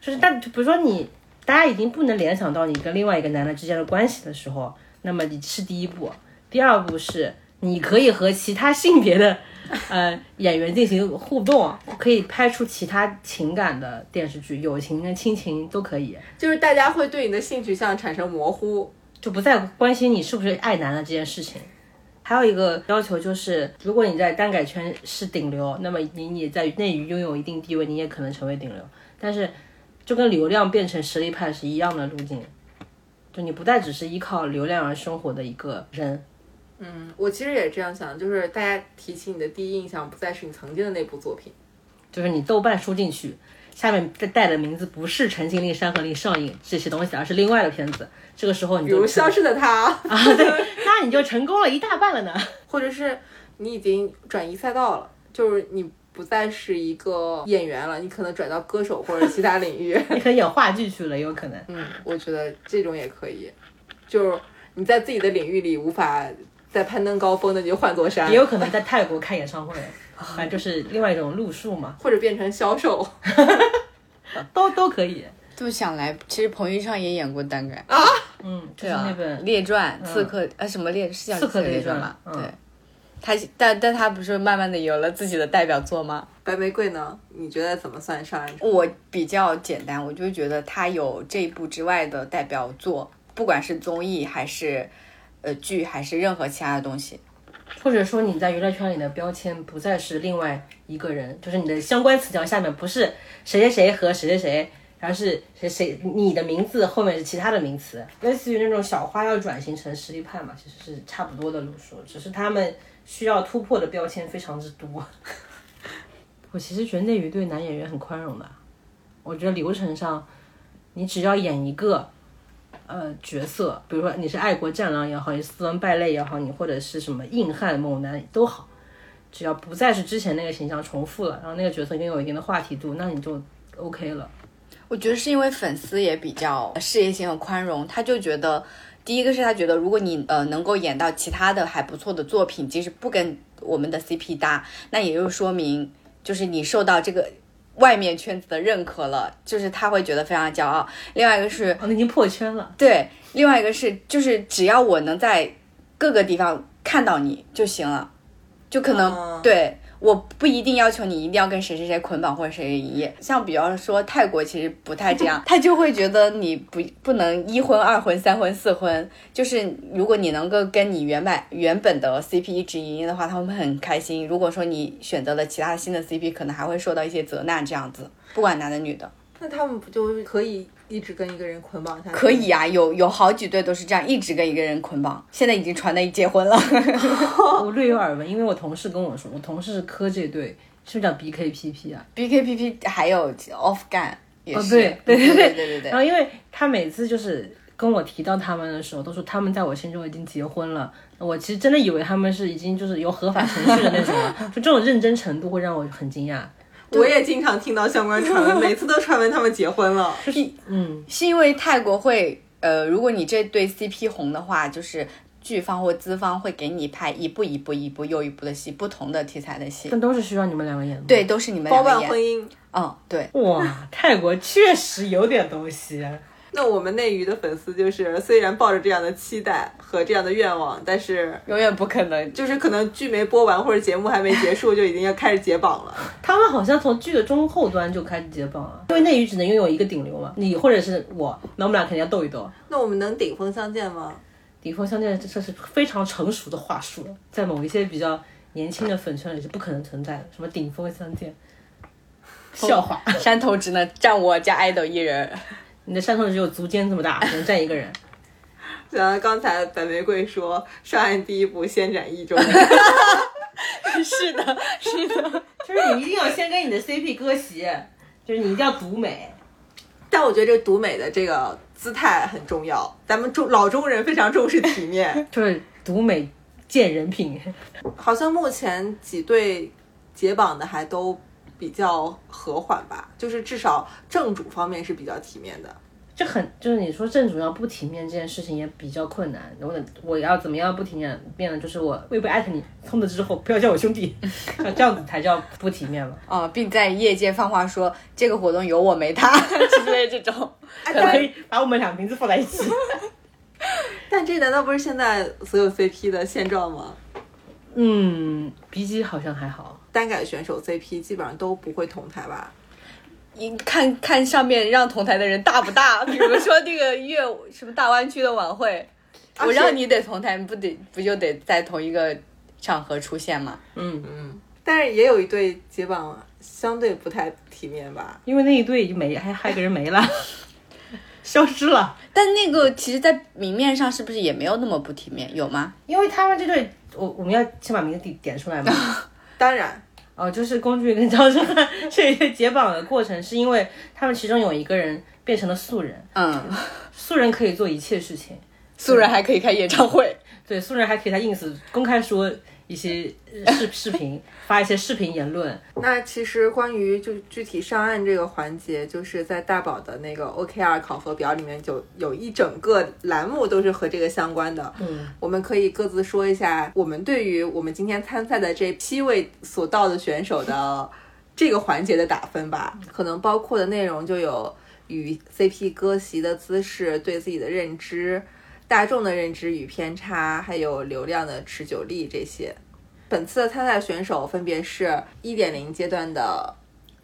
Speaker 3: 就是但就比如说你，大家已经不能联想到你跟另外一个男的之间的关系的时候，那么你是第一步，第二步是你可以和其他性别的呃演员进行互动，可以拍出其他情感的电视剧，友情跟亲情都可以，
Speaker 1: 就是大家会对你的性取向产生模糊，
Speaker 3: 就不再关心你是不是爱男的这件事情。还有一个要求就是，如果你在耽改圈是顶流，那么你你也在内娱拥有一定地位，你也可能成为顶流。但是，就跟流量变成实力派是一样的路径，就你不再只是依靠流量而生活的一个人。
Speaker 1: 我其实也这样想，就是大家提起你的第一印象不再是你曾经的那部作品，
Speaker 3: 就是你豆瓣输进去，下面带带的名字不是《陈情令》《山河令》上映这些东西，而是另外的片子。这个时候你
Speaker 1: 比如
Speaker 3: 就
Speaker 1: 《消失的她》啊，
Speaker 3: 那你就成功了一大半了呢。
Speaker 1: 或者是你已经转移赛道了，就是你不再是一个演员了，你可能转到歌手或者其他领域。
Speaker 3: 你可能演话剧去了，有可能。
Speaker 1: 嗯，我觉得这种也可以，就是你在自己的领域里无法再攀登高峰的，你就换座山
Speaker 3: 也，有可能在泰国开演唱会，反正就是另外一种路数嘛，
Speaker 1: 或者变成销售。
Speaker 3: 都都可以。
Speaker 5: 这么想来，其实彭昱畅也演过单改，
Speaker 3: 嗯，就
Speaker 5: 对
Speaker 3: 是
Speaker 5: 啊
Speaker 3: 那，本
Speaker 5: 列传》《刺客》呃什么列是叫《
Speaker 3: 刺客列
Speaker 5: 列
Speaker 3: 传
Speaker 5: 传》吧？
Speaker 3: 嗯
Speaker 5: 对，他但但他不是慢慢的有了自己的代表作吗？
Speaker 1: 白玫瑰呢？你觉得怎么算上岸？
Speaker 5: 我比较简单，我就觉得他有这一部之外的代表作，不管是综艺还是呃剧，还是任何其他的东西。
Speaker 3: 或者说你在娱乐圈里的标签不再是另外一个人，就是你的相关词条下面不是谁谁谁和谁谁谁，而是谁谁你的名字后面是其他的名词，类似于那种小花要转型成实力派嘛，其实是差不多的路数，只是他们需要突破的标签非常之多。 我其实觉得内娱对男演员很宽容的，我觉得流程上，你只要演一个呃角色，比如说你是爱国战狼也好，你是斯文败类也好，你或者是什么硬汉猛男都好，只要不再是之前那个形象重复了，然后那个角色拥有一定的话题度，那你就 OK 了。
Speaker 5: 我觉得是因为粉丝也比较呃事业心和宽容，他就觉得，第一个是他觉得，如果你呃能够演到其他的还不错的作品，即使不跟我们的 CP 搭，那也就说明就是你受到这个外面圈子的认可了，就是他会觉得非常骄傲。另外一个是
Speaker 3: 哦，那已经破圈了，
Speaker 5: 对，另外一个是，就是只要我能在各个地方看到你就行了，就可能、
Speaker 1: 啊
Speaker 5: 对，我不一定要求你一定要跟谁谁谁捆绑或者谁谁一夜。像比方说泰国，其实不太这样，他就会觉得你不不能一婚、二婚、三婚、四婚，就是如果你能够跟你原版原本的 CP 一直营业的话，他们很开心。如果说你选择了其他新的 CP，可能还会受到一些责难，这样子，不管男的女的。
Speaker 1: 那他们不就可以一直跟一个人捆绑下去？
Speaker 5: 可以啊，有有好几对都是这样，一直跟一个人捆绑，现在已经传的结婚了。
Speaker 3: 我略有耳闻，因为我同事跟我说，我同事是科这对，是不是叫 BKPP 啊？
Speaker 5: BKPP 还有 Off 干也是，
Speaker 3: 对对
Speaker 5: 对
Speaker 3: 对
Speaker 5: 对对对
Speaker 3: 然后因为他每次就是跟我提到他们的时候，都说他们在我心中已经结婚了。我其实真的以为他们是已经就是有合法程序的那种了， 就这种认真程度会让我很惊讶。
Speaker 1: 我也经常听到相关传闻，每次都传闻他们结婚了。
Speaker 5: 是因为泰国会，呃，如果你这对 CP 红的话，就是剧方或资方会给你拍一部一部一部又一部的戏，不同的题材的戏
Speaker 3: 但，都是需要你们两个演的。
Speaker 5: 对，，都是你们
Speaker 1: 包
Speaker 5: 两
Speaker 1: 办
Speaker 5: 个
Speaker 1: 婚
Speaker 5: 演。
Speaker 1: 姻，
Speaker 5: 嗯，对，
Speaker 3: 哇，泰国确实有点东西。
Speaker 1: 那我们内娱的粉丝就是虽然抱着这样的期待和这样的愿望，但是
Speaker 5: 永远不可能。
Speaker 1: 就是可能剧没播完或者节目还没结束就已经要开始解绑了。
Speaker 3: 他们好像从剧的中后端就开始解绑了，因为内娱只能拥有一个顶流嘛，你或者是我，那我们俩肯定要斗一斗。
Speaker 1: 那我们能顶峰相见吗？
Speaker 3: 顶峰相见这是非常成熟的话术了，在某一些比较年轻的粉圈里是不可能存在的，什么顶峰相见，笑话。
Speaker 5: 山头只能站我加爱豆一人，
Speaker 3: 你的山头只有足尖这么大， 只能站一个人。
Speaker 1: 然后刚才白玫瑰说上岸第一步先斩一中，
Speaker 5: 是的，是的。
Speaker 3: 就是你一定要先跟你的 CP 割席，就是你一定要独美。
Speaker 1: 但我觉得这独美的这个姿态很重要，咱们中老中国人非常重视体面。
Speaker 3: 就是独美见人品。
Speaker 1: 好像目前几对解绑的还都比较和缓吧，就是至少正主方面是比较体面的。
Speaker 3: 这很就是你说正主要不体面这件事情也比较困难。我得我要怎么样不体面？变了就是我微博艾特你，从此之后不要叫我兄弟， 啊这样子才叫不体面 嘛。
Speaker 5: 啊、并在业界放话说这个活动有我没他 之类这种，
Speaker 3: 可不可以把我们俩名字放在一 起？
Speaker 1: 但这难道不是现在所有 CP 的现状吗？
Speaker 3: 嗯，B G 好像还好，
Speaker 1: 单改选手 CP 基本上都不会同台吧？
Speaker 5: 你看看上面让同台的人大不大？比如说这个月什么大湾区的晚会，我让你得同台，你不得不就得在同一个场合出现吗？
Speaker 1: 但是也有一对解绑相对不太体面吧？
Speaker 3: 因为那一队已经没，还还有个人没了， 消失了。
Speaker 5: 但那个其实，在明面上是不是也没有那么不体面？有吗？
Speaker 3: 因为他们这队，我我们要先把名字点点出来 嘛。
Speaker 1: 当然，
Speaker 3: 哦，就是龚俊跟张韶涵这一对解绑的过程，是因为他们其中有一个人变成了素人，
Speaker 5: 嗯，
Speaker 3: 素人可以做一切事情，
Speaker 5: 素人还可以开演唱会，
Speaker 3: 对，素人还可以在 ins 公开说一些呃视视频，发一些视频言论，
Speaker 1: 那其实关于就具体上岸这个环节，就是在大宝的那个 OKR 考核表里面就有一整个栏目都是和这个相关的。嗯，我们可以各自说一下我们对于我们今天参赛的这七位所到的选手的这个环节的打分吧。可能包括的内容就有与 CP 割席的姿势、对自己的认知、大众的认知与偏差，还有流量的持久力这些。本次的参赛选手分别是一点零阶段的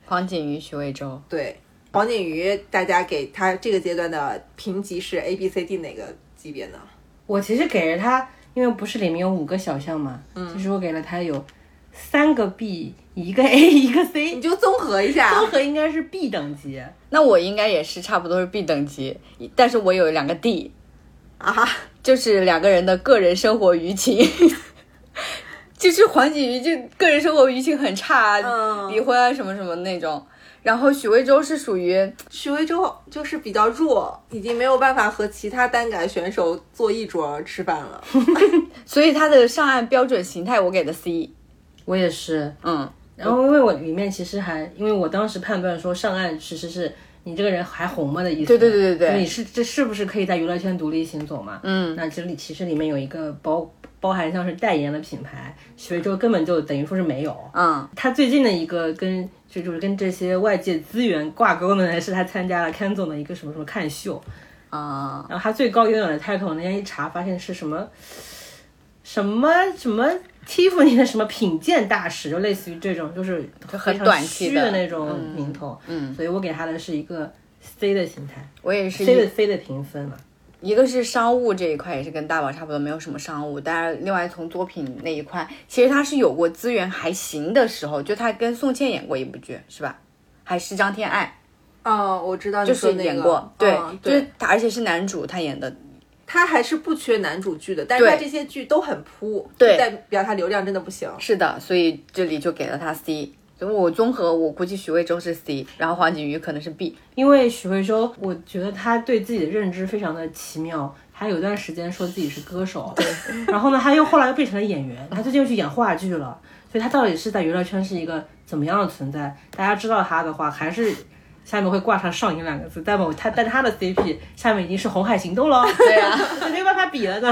Speaker 5: 黄景瑜、徐魏洲，
Speaker 1: 对黄景瑜，大家给他这个阶段的评级是 A B C D 哪个级别呢？
Speaker 3: 我其实给了他，因为不是里面有五个小项嘛，其实我给了他有三个 B，一个 A，一个 C，
Speaker 1: 你就综合一下
Speaker 3: 综，合应该是 B 等级。
Speaker 5: 那我应该也是差不多是 B 等级，但是我有两个 D，
Speaker 1: 啊，
Speaker 5: 就是两个人的个人生活舆情。 就是黄景瑜就个人生活舆情很差啊，
Speaker 1: 嗯
Speaker 5: 离婚啊什么什么那种。然后许魏洲是属于
Speaker 1: 许魏洲就是比较弱，已经没有办法和其他单改选手坐一桌吃饭 了。
Speaker 5: 所以他的上岸标准形态我给的 C，
Speaker 3: 我也是，
Speaker 5: 嗯，
Speaker 3: 然后因为我里面其实还，因为我当时判断说上岸其实是你这个人还红吗的意思，
Speaker 5: 对对对对对
Speaker 3: 就你是这是不是可以在娱乐圈独立行走嘛？嗯，那这里其实里面有一个包包含像是代言的品牌，徐魏洲根本就等于说是没有，
Speaker 5: 嗯，
Speaker 3: 他最近的一个跟就就是跟这些外界资源挂钩呢，是他参加了 Ken 总的一个什么什么看秀，
Speaker 5: 啊、
Speaker 3: 然后他最高拥有的 title，人家一查发现是什么什么什么 Tiffany 的什么品鉴大使，就类似于这种，就是
Speaker 5: 很
Speaker 3: 非常
Speaker 5: 短期
Speaker 3: 虚
Speaker 5: 的
Speaker 3: 的那种名头。嗯，所以我给他的是一个 C 的形态
Speaker 5: 我也是
Speaker 3: ，C 的
Speaker 5: 一
Speaker 3: C 的评分嘛。
Speaker 5: 一个是商务这一块也是跟大宝差不多，没有什么商务，但是另外从作品那一块，其实他是有过资源还行的时候，就他跟宋茜演过一部剧是吧？还是张天爱，
Speaker 1: 哦，我知道你
Speaker 5: 就
Speaker 1: 说
Speaker 5: 是
Speaker 1: 那个，
Speaker 5: 演过，对，
Speaker 1: 嗯
Speaker 5: 就
Speaker 1: 对
Speaker 5: 是他，而且是男主他演的，
Speaker 1: 他还是不缺男主剧的，但是
Speaker 5: 对
Speaker 1: 他这些剧都很扑，
Speaker 5: 对
Speaker 1: 就代表他流量真的不行。
Speaker 5: 是的，所以这里就给了他 C。所以我综合，我估计许魏洲是 C，然后黄景瑜可能是 B。
Speaker 3: 因为许魏洲，我觉得他对自己的认知非常的奇妙。他有段时间说自己是歌手，然后呢，他又后来又变成了演员，他最近又去演话剧了。所以他到底是在娱乐圈是一个怎么样的存在？大家知道他的话，还是下面会挂上“上瘾”两个字。但我他但他的 CP 下面已经是《红海行动》了，
Speaker 5: 对 啊，
Speaker 3: 那没有办法比了呢。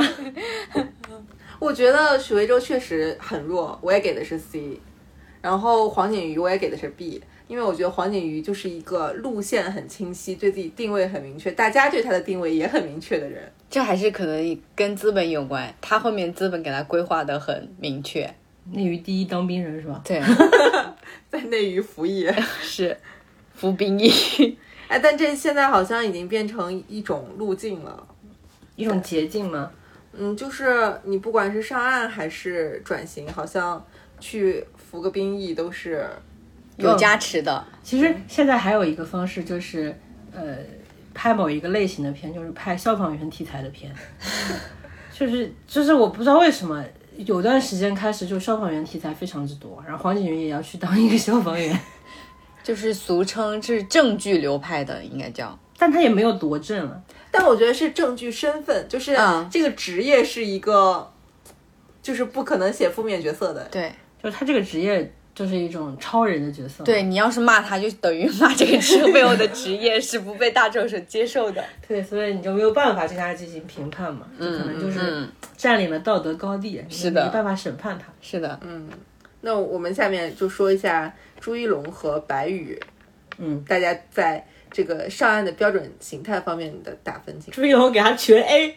Speaker 1: 我觉得许魏洲确实很弱，我也给的是 C，然后黄景瑜我也给的是 B，因为我觉得黄景瑜就是一个路线很清晰，对自己定位很明确，大家对他的定位也很明确的人。
Speaker 5: 这还是可能跟资本有关，他后面资本给他规划的很明确。
Speaker 3: 内娱第一当兵人是吧？
Speaker 5: 对，
Speaker 1: 在内娱服役，
Speaker 5: 是服兵 役。
Speaker 1: 哎，但这现在好像已经变成一种路径了。
Speaker 3: 一种捷径吗？
Speaker 1: 嗯，就是你不管是上岸还是转型，好像去服个兵役都是
Speaker 5: 有加持的，
Speaker 3: 其实现在还有一个方式就是，呃，拍某一个类型的片，就是拍消防员题材的片， 就是就是我不知道为什么有段时间开始就消防员题材非常之多，然后黄景瑜也要去当一个消防员，
Speaker 5: 就是俗称是正剧流派的，应该叫。
Speaker 3: 但他也没有夺证了。
Speaker 1: 但我觉得是证据身份，就是
Speaker 5: 嗯
Speaker 1: 这个职业是一个就是不可能写负面角色的。
Speaker 5: 对
Speaker 3: 就是他这个职业就是一种超人的角色。
Speaker 5: 对，你要是骂他，就等于骂这个职背后的职业是不被大众所接受 的。
Speaker 3: 对，所以你就没有办法对他进行评判嘛，就可能就是
Speaker 5: 嗯
Speaker 3: 占领了道德高地，是
Speaker 5: 的
Speaker 3: 没办法审判他。
Speaker 5: 是的，嗯，
Speaker 1: 那我们下面就说一下朱一龙和白宇，
Speaker 3: 嗯，
Speaker 1: 大家在这个上岸的标准形态方面的打分情况。
Speaker 3: 朱一龙给他全 A。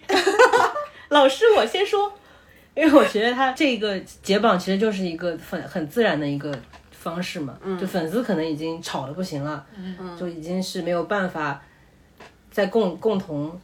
Speaker 3: 老师，我先说，因为我觉得他这个解绑其实就是一个很很自然的一个方式嘛，就粉丝可能已经吵得不行了，就已经是没有办法再共共同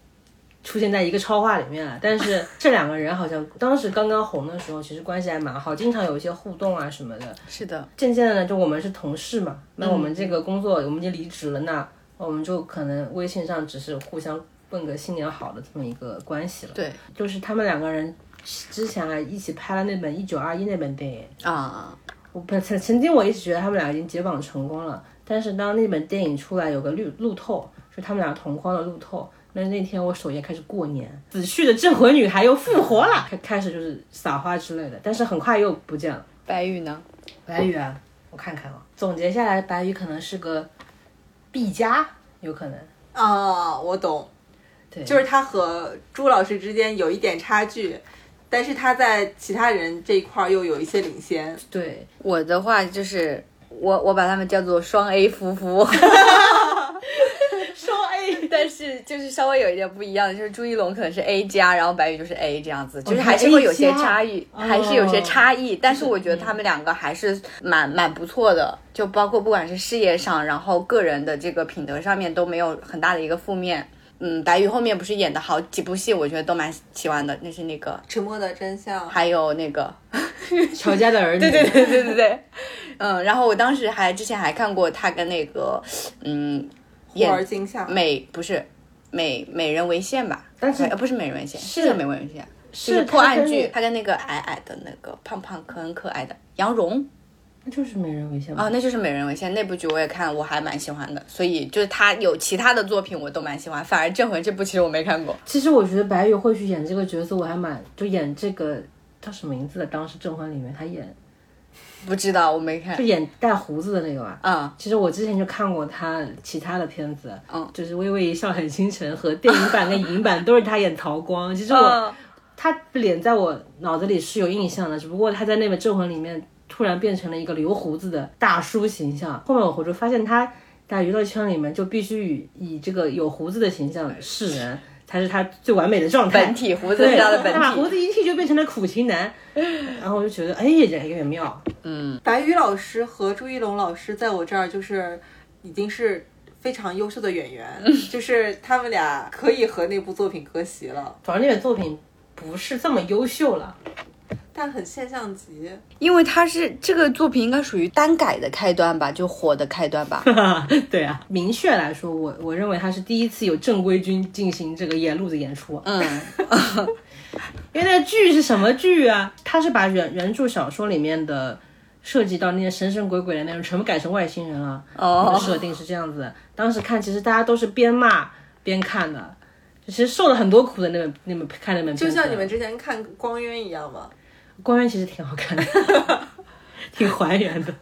Speaker 3: 出现在一个超话里面了。但 是这两个人好像当时刚刚红的时候，其实关系还蛮好，经常有一些互动啊什么的。
Speaker 5: 是的，
Speaker 3: 渐渐的嗯呢，就我们是同事嘛，那我们这个工作我们已经离职了，那我们就可能微信上只是互相问个新年好的这么一个关系了。
Speaker 5: 对
Speaker 3: 就是他们两个人之前还一起拍了那本《一九二一》那本电影，
Speaker 5: 啊，
Speaker 3: 我本曾曾经我一直觉得他们俩已经解绑成功了，但是当那本电影出来有个路路透，是他们俩同框的路透。那那天我首页开始过年，死去的镇魂女孩又复活了，开开始就是撒花之类的，但是很快又不见了。
Speaker 5: 白宇呢？
Speaker 3: 白宇啊，我看看啊，总结下来，白宇可能是个 B 加，有可能。
Speaker 1: 啊，我懂，
Speaker 3: 对，
Speaker 1: 就是他和朱老师之间有一点差距，但是他在其他人这一块儿又有一些领先。
Speaker 3: 对，
Speaker 5: 我的话就是我我把他们叫做双 A 夫妇。
Speaker 3: 双 A，
Speaker 5: 但是就是稍微有一点不一样，就是朱一龙可能是 A 加，然后白宇就是 A 这样子，就是哦还是会有些差异，
Speaker 3: 哦
Speaker 5: 还是有些差异。但是嗯我觉得他们两个还是蛮蛮不错的，就包括不管是事业上，然后个人的这个品德上面都没有很大的一个负面。嗯，白宇后面不是演的好几部戏，我觉得都蛮喜欢的，那是那个，
Speaker 1: 沉默的真相，
Speaker 5: 还有那个，
Speaker 3: 乔家的儿女。
Speaker 5: 对对对对对对，嗯，然后我当时还之前还看过他跟那个，嗯，
Speaker 1: 忽
Speaker 5: 演
Speaker 1: 而惊吓，
Speaker 5: 美不是美美人为线吧？
Speaker 3: 但是
Speaker 5: 呃不是美人为线，
Speaker 3: 是
Speaker 5: 是叫美人为线，就是破
Speaker 3: 他跟
Speaker 5: 案剧
Speaker 3: 那，
Speaker 5: 他跟那个矮矮的那个胖胖可很可爱的杨蓉
Speaker 3: 那就是美人微笑
Speaker 5: 啊，那就是美人为线那部剧我也看，我还蛮喜欢的，所以就是他有其他的作品我都蛮喜欢，反而《镇魂》这部其实我没看过。
Speaker 3: 其实我觉得白宇或许演这个角色，我还蛮就演这个叫什么名字的，当时《镇魂》里面他演
Speaker 5: 不知道，我没看
Speaker 3: 就。演带胡子的那个吧。
Speaker 5: 啊、
Speaker 3: 其实我之前就看过他其他的片子，
Speaker 5: 嗯
Speaker 3: 就是《微微一笑很倾城》和电影版跟影版都是他演曹光。其实我、
Speaker 5: 嗯
Speaker 3: 他脸在我脑子里是有印象的，只不过他在那本《镇魂》里面突然变成了一个留胡子的大叔形象。后面我就发现他在娱乐圈里面就必须以以这个有胡子的形象示人，才是他最完美的状态。
Speaker 5: 本体胡子
Speaker 3: 对，
Speaker 5: 是他的本
Speaker 3: 他把胡
Speaker 5: 体，
Speaker 3: 子一剃就变成了苦情男，然后我就觉得，哎，这有点妙。
Speaker 1: 白宇老师和朱一龙老师在我这儿就是已经是非常优秀的演 员，就是他们俩可以和那部作品割席了，
Speaker 3: 主要那本作品不是这么优秀 了，
Speaker 1: 但很现象级。
Speaker 5: 因为他是这个作品应该属于单改的开端吧，就火的开 端吧。
Speaker 3: 对啊，明确来说，我我认为他是第一次有正规军进行这个沿路的演出，
Speaker 5: 嗯，
Speaker 3: 因为那个剧是什么剧啊？他是把原原著小说里面的涉及到那些神神鬼鬼的内容全部改成外星人啊，
Speaker 5: 哦
Speaker 3: 我的设定是这样子的。当时看，其实大家都是边骂边看的，其实受了很多苦的那本那本看那本片子，
Speaker 1: 就像你们之前看《光渊》一样嘛，
Speaker 3: 官员其实挺好看的， 挺还原的。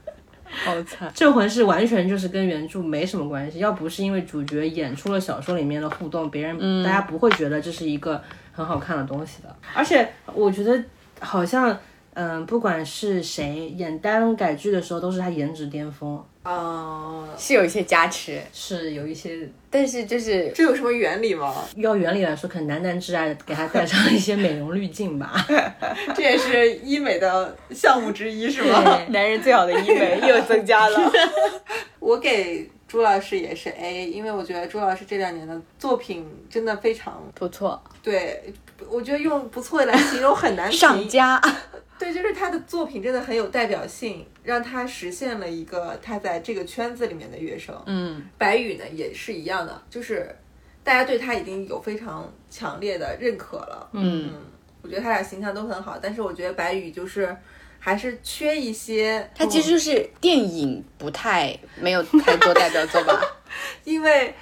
Speaker 5: 好惨。
Speaker 3: 镇魂是完全就是跟原著没什么关系，要不是因为主角演出了小说里面的互动，别人、大家不会觉得这是一个很好看的东西的。而且我觉得好像，嗯、不管是谁演单改剧的时候，都是他颜值巅峰，
Speaker 1: 啊、
Speaker 5: 是有一些加持，
Speaker 3: 是有一些
Speaker 5: 但是 就是
Speaker 1: 这有什么原理吗？
Speaker 3: 要原理来说，可能男男挚爱给他带上一些美容滤镜吧。
Speaker 1: 这也是医美的项目之一，是吗？
Speaker 3: 对
Speaker 5: 男人最好的医美 又增加了。
Speaker 1: 我给朱老师也是 A，因为我觉得朱老师这两年的作品真的非常
Speaker 5: 不错，
Speaker 1: 对，我觉得用不错来形容很难评
Speaker 5: 上家。
Speaker 1: 对，就是他的作品真的很有代表性，让他实现了一个他在这个圈子里面的跃升。
Speaker 5: 嗯，
Speaker 1: 白宇呢也是一样的，就是大家对他已经有非常强烈的认可了。
Speaker 5: 嗯
Speaker 1: 我觉得他俩形象都很好，但是我觉得白宇就是还是缺一些，
Speaker 5: 它其实就是电影不太没有太多代表作吧。
Speaker 1: 因为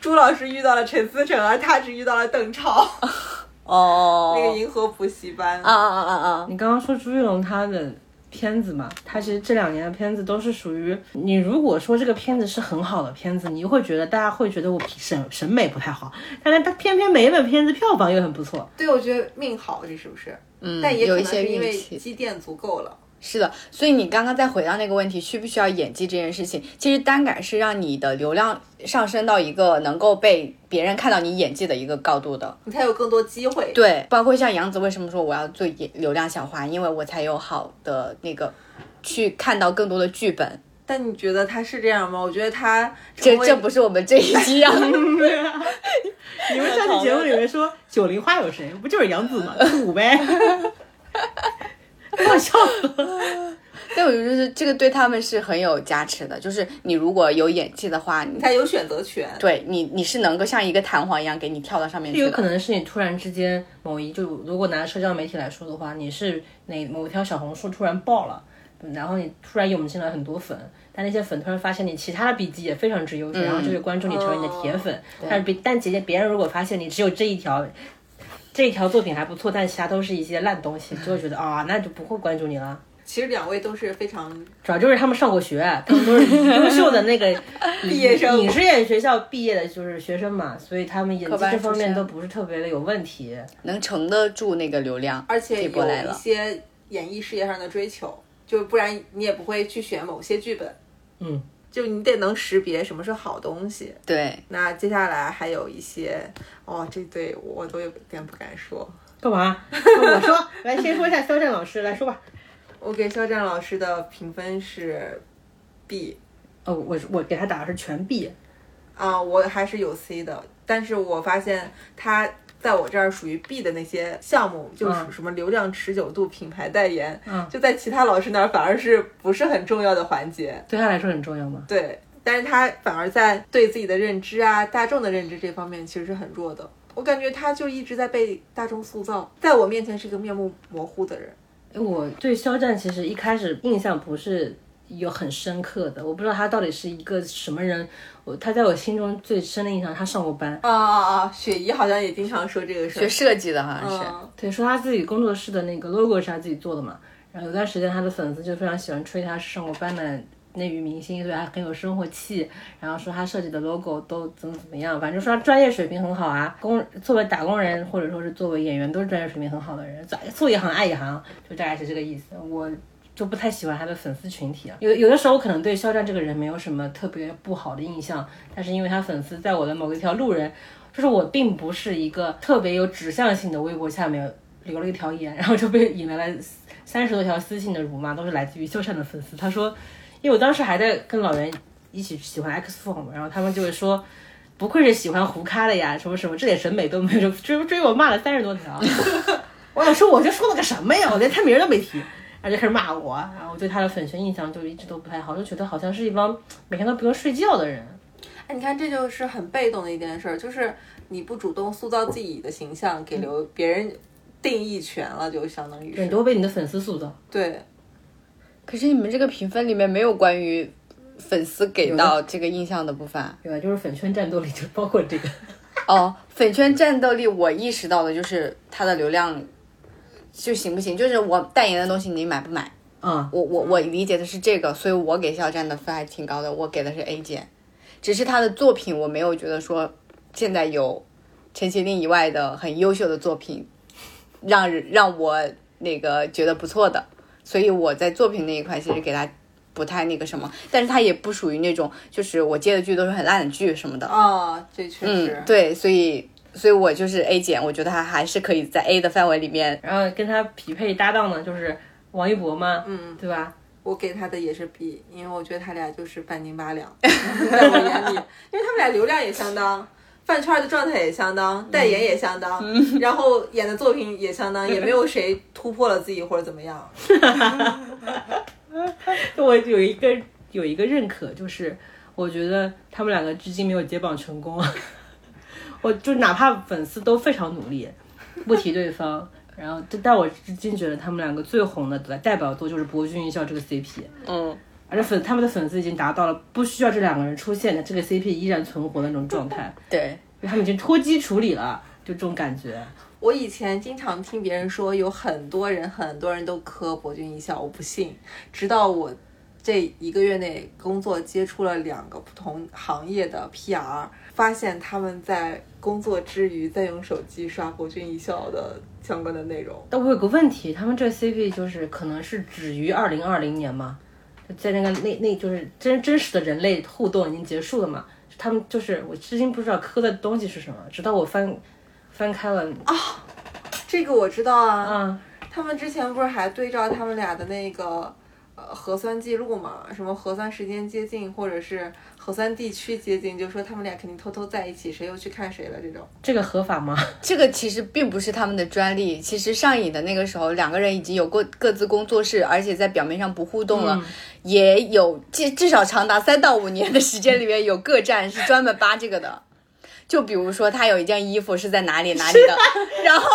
Speaker 1: 朱老师遇到了陈思诚，而他只遇到了邓超。
Speaker 5: 哦，
Speaker 1: 那个银河补习班
Speaker 5: 啊，啊啊啊啊！
Speaker 3: 你刚刚说朱一龙他的片子嘛，他其实这两年的片子都是属于你，如果说这个片子是很好的片子，你会觉得大家会觉得我品审审美不太好，但是他偏偏每一本片子票房又很不错，
Speaker 1: 对，我觉得命好，这是不是？
Speaker 5: 嗯，
Speaker 1: 但也可
Speaker 5: 有
Speaker 1: 能
Speaker 5: 一些
Speaker 1: 是因为
Speaker 5: 运气。
Speaker 1: 积淀足够了。
Speaker 5: 是的，所以你刚刚再回到那个问题，需不需要演技这件事情，其实单改是让你的流量上升到一个能够被别人看到你演技的一个高度的。
Speaker 1: 你才有更多机会。
Speaker 5: 对，包括像杨紫为什么说我要做演流量小花，因为我才有好的那个去看到更多的剧本。
Speaker 1: 但你觉得他是这样吗？我觉得他
Speaker 5: 这
Speaker 1: 成为
Speaker 5: 这不是我们这一期 要
Speaker 3: 你们上次节目里面说九零花有谁？不就是杨紫吗？土呗。我笑死了。
Speaker 5: 但我觉得是这个对他们是很有加持的，就是你如果有演技的话，你
Speaker 1: 他有选择权。
Speaker 5: 对你你是能够像一个弹簧一样给你跳到上面去
Speaker 3: 这
Speaker 5: 的。
Speaker 3: 有可能是你突然之间某一就，如果拿社交媒体来说的话，你是哪某条小红书突然爆了，嗯然后你突然涌进来很多粉，但那些粉突然发现你其他的笔记也非常之优秀，然后就会关注你成为你的铁粉。但是别但别别人如果发现你只有这一条。这一条作品还不错，但其他都是一些烂东西，就会觉得啊、那就不会关注你了。
Speaker 1: 其实两位都是非常
Speaker 3: 主要就是他们上过学，他们都是优秀的那个毕
Speaker 1: 业生
Speaker 3: 影视演学校毕业的，就是学生嘛，所以他们演技
Speaker 5: 班
Speaker 3: 这
Speaker 5: 出
Speaker 3: 方面
Speaker 5: 身
Speaker 3: 都不是特别的有问题。
Speaker 5: 能承得住那个流量，
Speaker 1: 而且
Speaker 5: 这波来
Speaker 1: 有一
Speaker 5: 了。
Speaker 1: 些演艺事业上的追求，就不然你也不会去选某些剧本。
Speaker 3: 嗯，
Speaker 1: 就你得能识别什么是好东西。
Speaker 5: 对，
Speaker 1: 那接下来还有一些哦，这对我都有点不敢说。
Speaker 3: 干嘛？我说，来先说一下肖战老师，来说吧。
Speaker 1: 我给肖战老师的评分是 B
Speaker 3: 哦，我我给他打的是全 B，
Speaker 1: 啊，我还是有 C 的，但是我发现他在我这儿属于 B 的那些项目，就是
Speaker 3: 嗯
Speaker 1: 什么流量持久度、品牌代言，
Speaker 3: 嗯
Speaker 1: 就在其他老师那儿反而是不是很重要的环节，
Speaker 3: 对他来说很重要吗？
Speaker 1: 对，但是他反而在对自己的认知啊、大众的认知这方面其实是很弱的。我感觉他就一直在被大众塑造，在我面前是一个面目模糊的人。
Speaker 3: 我对肖战其实一开始印象不是有很深刻的，我不知道他到底是一个什么人。我他在我心中最深的印象，他上过班，
Speaker 1: 啊啊啊！雪姨好像也经常说这个事
Speaker 5: 学
Speaker 1: 儿，
Speaker 5: 设计的好像是。
Speaker 1: 嗯
Speaker 3: 对，说他自己工作室的那个 logo 是他自己做的嘛。然后有段时间他的粉丝就非常喜欢吹他是上过班的内娱明星，所以他很有生活气。然后说他设计的 logo 都怎么怎么样，反正说他专业水平很好啊。工作为打工人或者说是作为演员都是专业水平很好的人，做做一行爱一行，就大概是这个意思。我。就不太喜欢他的粉丝群体啊，有有的时候我可能对肖战这个人没有什么特别不好的印象，但是因为他粉丝在我的某一条路人就是我并不是一个特别有指向性的微博下面留了一条言，然后就被引来了三十多条私信的辱骂，都是来自于修缮的粉丝。他说，因为我当时还在跟老袁一起喜欢 X Form，然后他们就会说。不愧是喜欢胡咖的呀，什么什么，这点审美都没有，追追我骂了三十多条。 我想说，我这说了个什么呀？我连他名儿都没提，然后就开始骂我。啊然后我对他的粉圈印象就一直都不太好，就觉得好像是一帮每天都不用睡觉的人。
Speaker 1: 哎，你看，这就是很被动的一件事儿，就是你不主动塑造自己的形象，给留别人定义权了，就相当于
Speaker 3: 对，
Speaker 1: 是
Speaker 3: 你都被你的粉丝塑造。
Speaker 1: 对。
Speaker 5: 可是你们这个评分里面没有关于粉丝给到这个印象的部分啊
Speaker 3: 对吧？就是粉圈战斗力就包括这个。
Speaker 5: 哦。粉圈战斗力，我意识到的就是它的流量就行不行，就是我代言的东西你买不买？
Speaker 3: 啊、
Speaker 5: 我我我理解的是这个，所以我给肖战的分还挺高的，我给的是 A 减，只是他的作品我没有觉得说现在有陈情令以外的很优秀的作品，让人让我那个觉得不错的，所以我在作品那一块其实给他不太那个什么，但是他也不属于那种就是我接的剧都是很烂的剧什么的，
Speaker 1: 啊、这确实、
Speaker 5: 嗯，对，所以所以我就是 A 减，我觉得他还是可以在 A 的范围里面，
Speaker 3: 然呃后跟他匹配搭档呢，就是王一博嘛，嗯，对吧？
Speaker 1: 我给他的也是 B，因为我觉得他俩就是半斤八两， 在我眼里，因为他们俩流量也相当，饭圈的状态也相当，代言也相当， 然后演的作品也相当，也没有谁突破了自己或者怎么样。
Speaker 3: 我有一个有一个认可，就是我觉得他们两个至今没有解绑成功。 我就哪怕粉丝都非常努力，不提对方， 然后但但我至今觉得他们两个最红的代表作就是博君一笑这个 CP，
Speaker 5: 嗯，
Speaker 3: 而且粉他们的粉丝已经达到了不需要这两个人出现的这个 CP 依然存活的那种状态。
Speaker 5: 对。
Speaker 3: 他们已经脱机处理了，就这种感觉。
Speaker 1: 我以前经常听别人说，有很多人很多人都磕博君一笑，我不信，直到我这一个月内工作接触了两个不同行业的 PR，发现他们在工作之余在用手机刷博君一笑的相关的内容。
Speaker 3: 但我有个问题，他们这 CP 就是可能是止于二零二零年嘛，就在那个那那就是真真实的人类互动已经结束了嘛？他们就是我至今不知道磕的东西是什么，直到我翻翻开了
Speaker 1: 这个我知道啊，
Speaker 3: 啊，
Speaker 1: 他们之前不是还对照他们俩的那个呃核酸记录嘛，什么核酸时间接近，或者是核酸地区接近，就说他们俩肯定偷偷在一起，谁又去看谁了这种。
Speaker 3: 这个合法吗？
Speaker 5: 这个其实并不是他们的专利。其实上瘾的那个时候，两个人已经有过各自工作室，而且在表面上不互动了，也有至至少长达三到五年的时间里面有各站是专门扒这个的。就比如说他有一件衣服是在哪里哪 里的，然后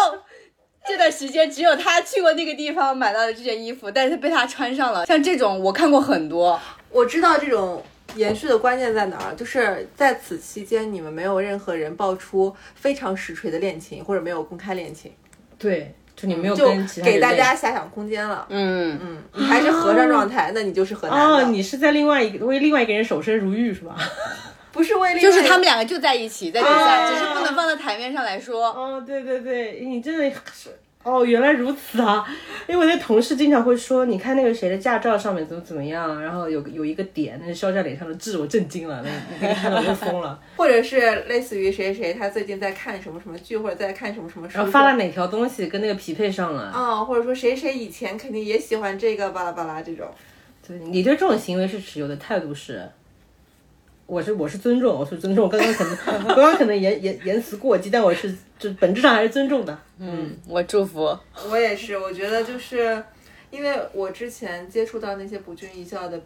Speaker 5: 这段时间只有他去过那个地方买到了这件衣服，但是被他穿上了。像这种我看过很多，
Speaker 1: 我知道这种延续的关键在哪儿，就是在此期间，你们没有任何人爆出非常实锤的恋情，或者没有公开恋情，
Speaker 3: 对，就你没有
Speaker 1: 就
Speaker 3: 跟其他
Speaker 1: 给
Speaker 3: 人
Speaker 1: 大
Speaker 3: 类
Speaker 1: 家遐想空间了。
Speaker 5: 嗯，
Speaker 1: 嗯，你还是和尚状态，那你就是河南的，
Speaker 3: 哦，你是在另外一个为另外一个人守身如玉是吧？
Speaker 1: 不是为了
Speaker 5: 就是他们两个就在一起，在底下，
Speaker 3: 啊
Speaker 5: 只是不能放到台面上来说。
Speaker 3: 哦，对对对，你真的是哦，原来如此啊！因为我那同事经常会说，你看那个谁的驾照上面怎么怎么样，啊然后有有一个点，那是肖战脸上的痣，我震惊了，那那个看到我就疯 了。
Speaker 1: 或者是类似于谁谁他最近在看什么什么剧，或者在看什么什么书，
Speaker 3: 然后发了哪条东西跟那个匹配上了，
Speaker 5: 哦
Speaker 1: 啊、或者说谁谁以前肯定也喜欢这个巴拉巴拉这种。
Speaker 3: 对，你对这种行为是持有的态度是？我是我是尊重，我是尊重。刚刚可能刚刚可能言言言辞过激，但我是就本质上还是尊重的。
Speaker 5: 嗯，我祝福。
Speaker 1: 我也是，我觉得就是因为我之前接触到那些不俊一笑的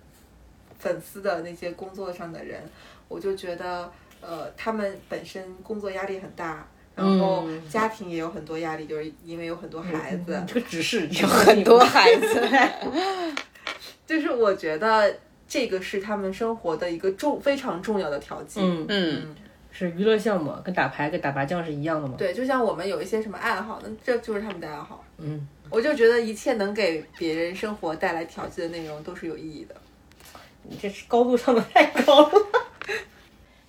Speaker 1: 粉丝的那些工作上的人，我就觉得呃，他们本身工作压力很大。然后
Speaker 3: 嗯
Speaker 1: 家庭也有很多压力，就是因为有很多孩子。
Speaker 3: 这个指 示有
Speaker 5: 很多孩子，
Speaker 1: 就是我觉得这个是他们生活的一个重非常重要的调剂。
Speaker 3: 嗯
Speaker 5: 嗯，
Speaker 3: 是娱乐项目，跟打牌跟打麻将是一样的嘛？
Speaker 1: 对，就像我们有一些什么爱好，那这就是他们的爱好。
Speaker 3: 嗯，
Speaker 1: 我就觉得一切能给别人生活带来调剂的内容都是有意义的。
Speaker 3: 你这是高度上的太高了。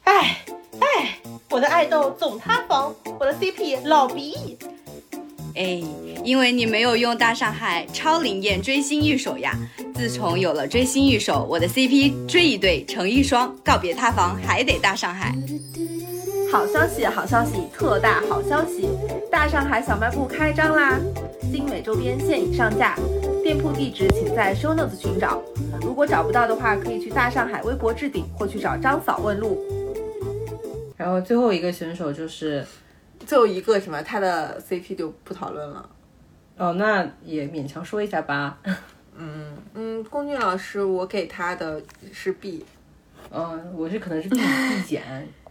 Speaker 4: 哎哎，我的爱豆总塌房，我的 CP 老鼻翼。
Speaker 5: 哎，因为你没有用大上
Speaker 2: 哎
Speaker 5: 海超灵验追星一手呀。自从有了追星一手，我的 CP 追一对成一双，告别塌房还得大上海。
Speaker 4: 好消息，好消息，特大好消息！大上海小卖部开张啦！精美周边现已上架，店铺地址请在 show notes 寻找。如果找不到的话，可以去大上海微博置顶，或去找张嫂问路。
Speaker 3: 然后最后一个选手就是，
Speaker 1: 最后一个什么，他的 CP 就不讨论了。
Speaker 3: 哦，那也勉强说一下吧。
Speaker 1: 嗯，龚俊老师，我给他的是 B，
Speaker 3: 嗯，我是可能是必必减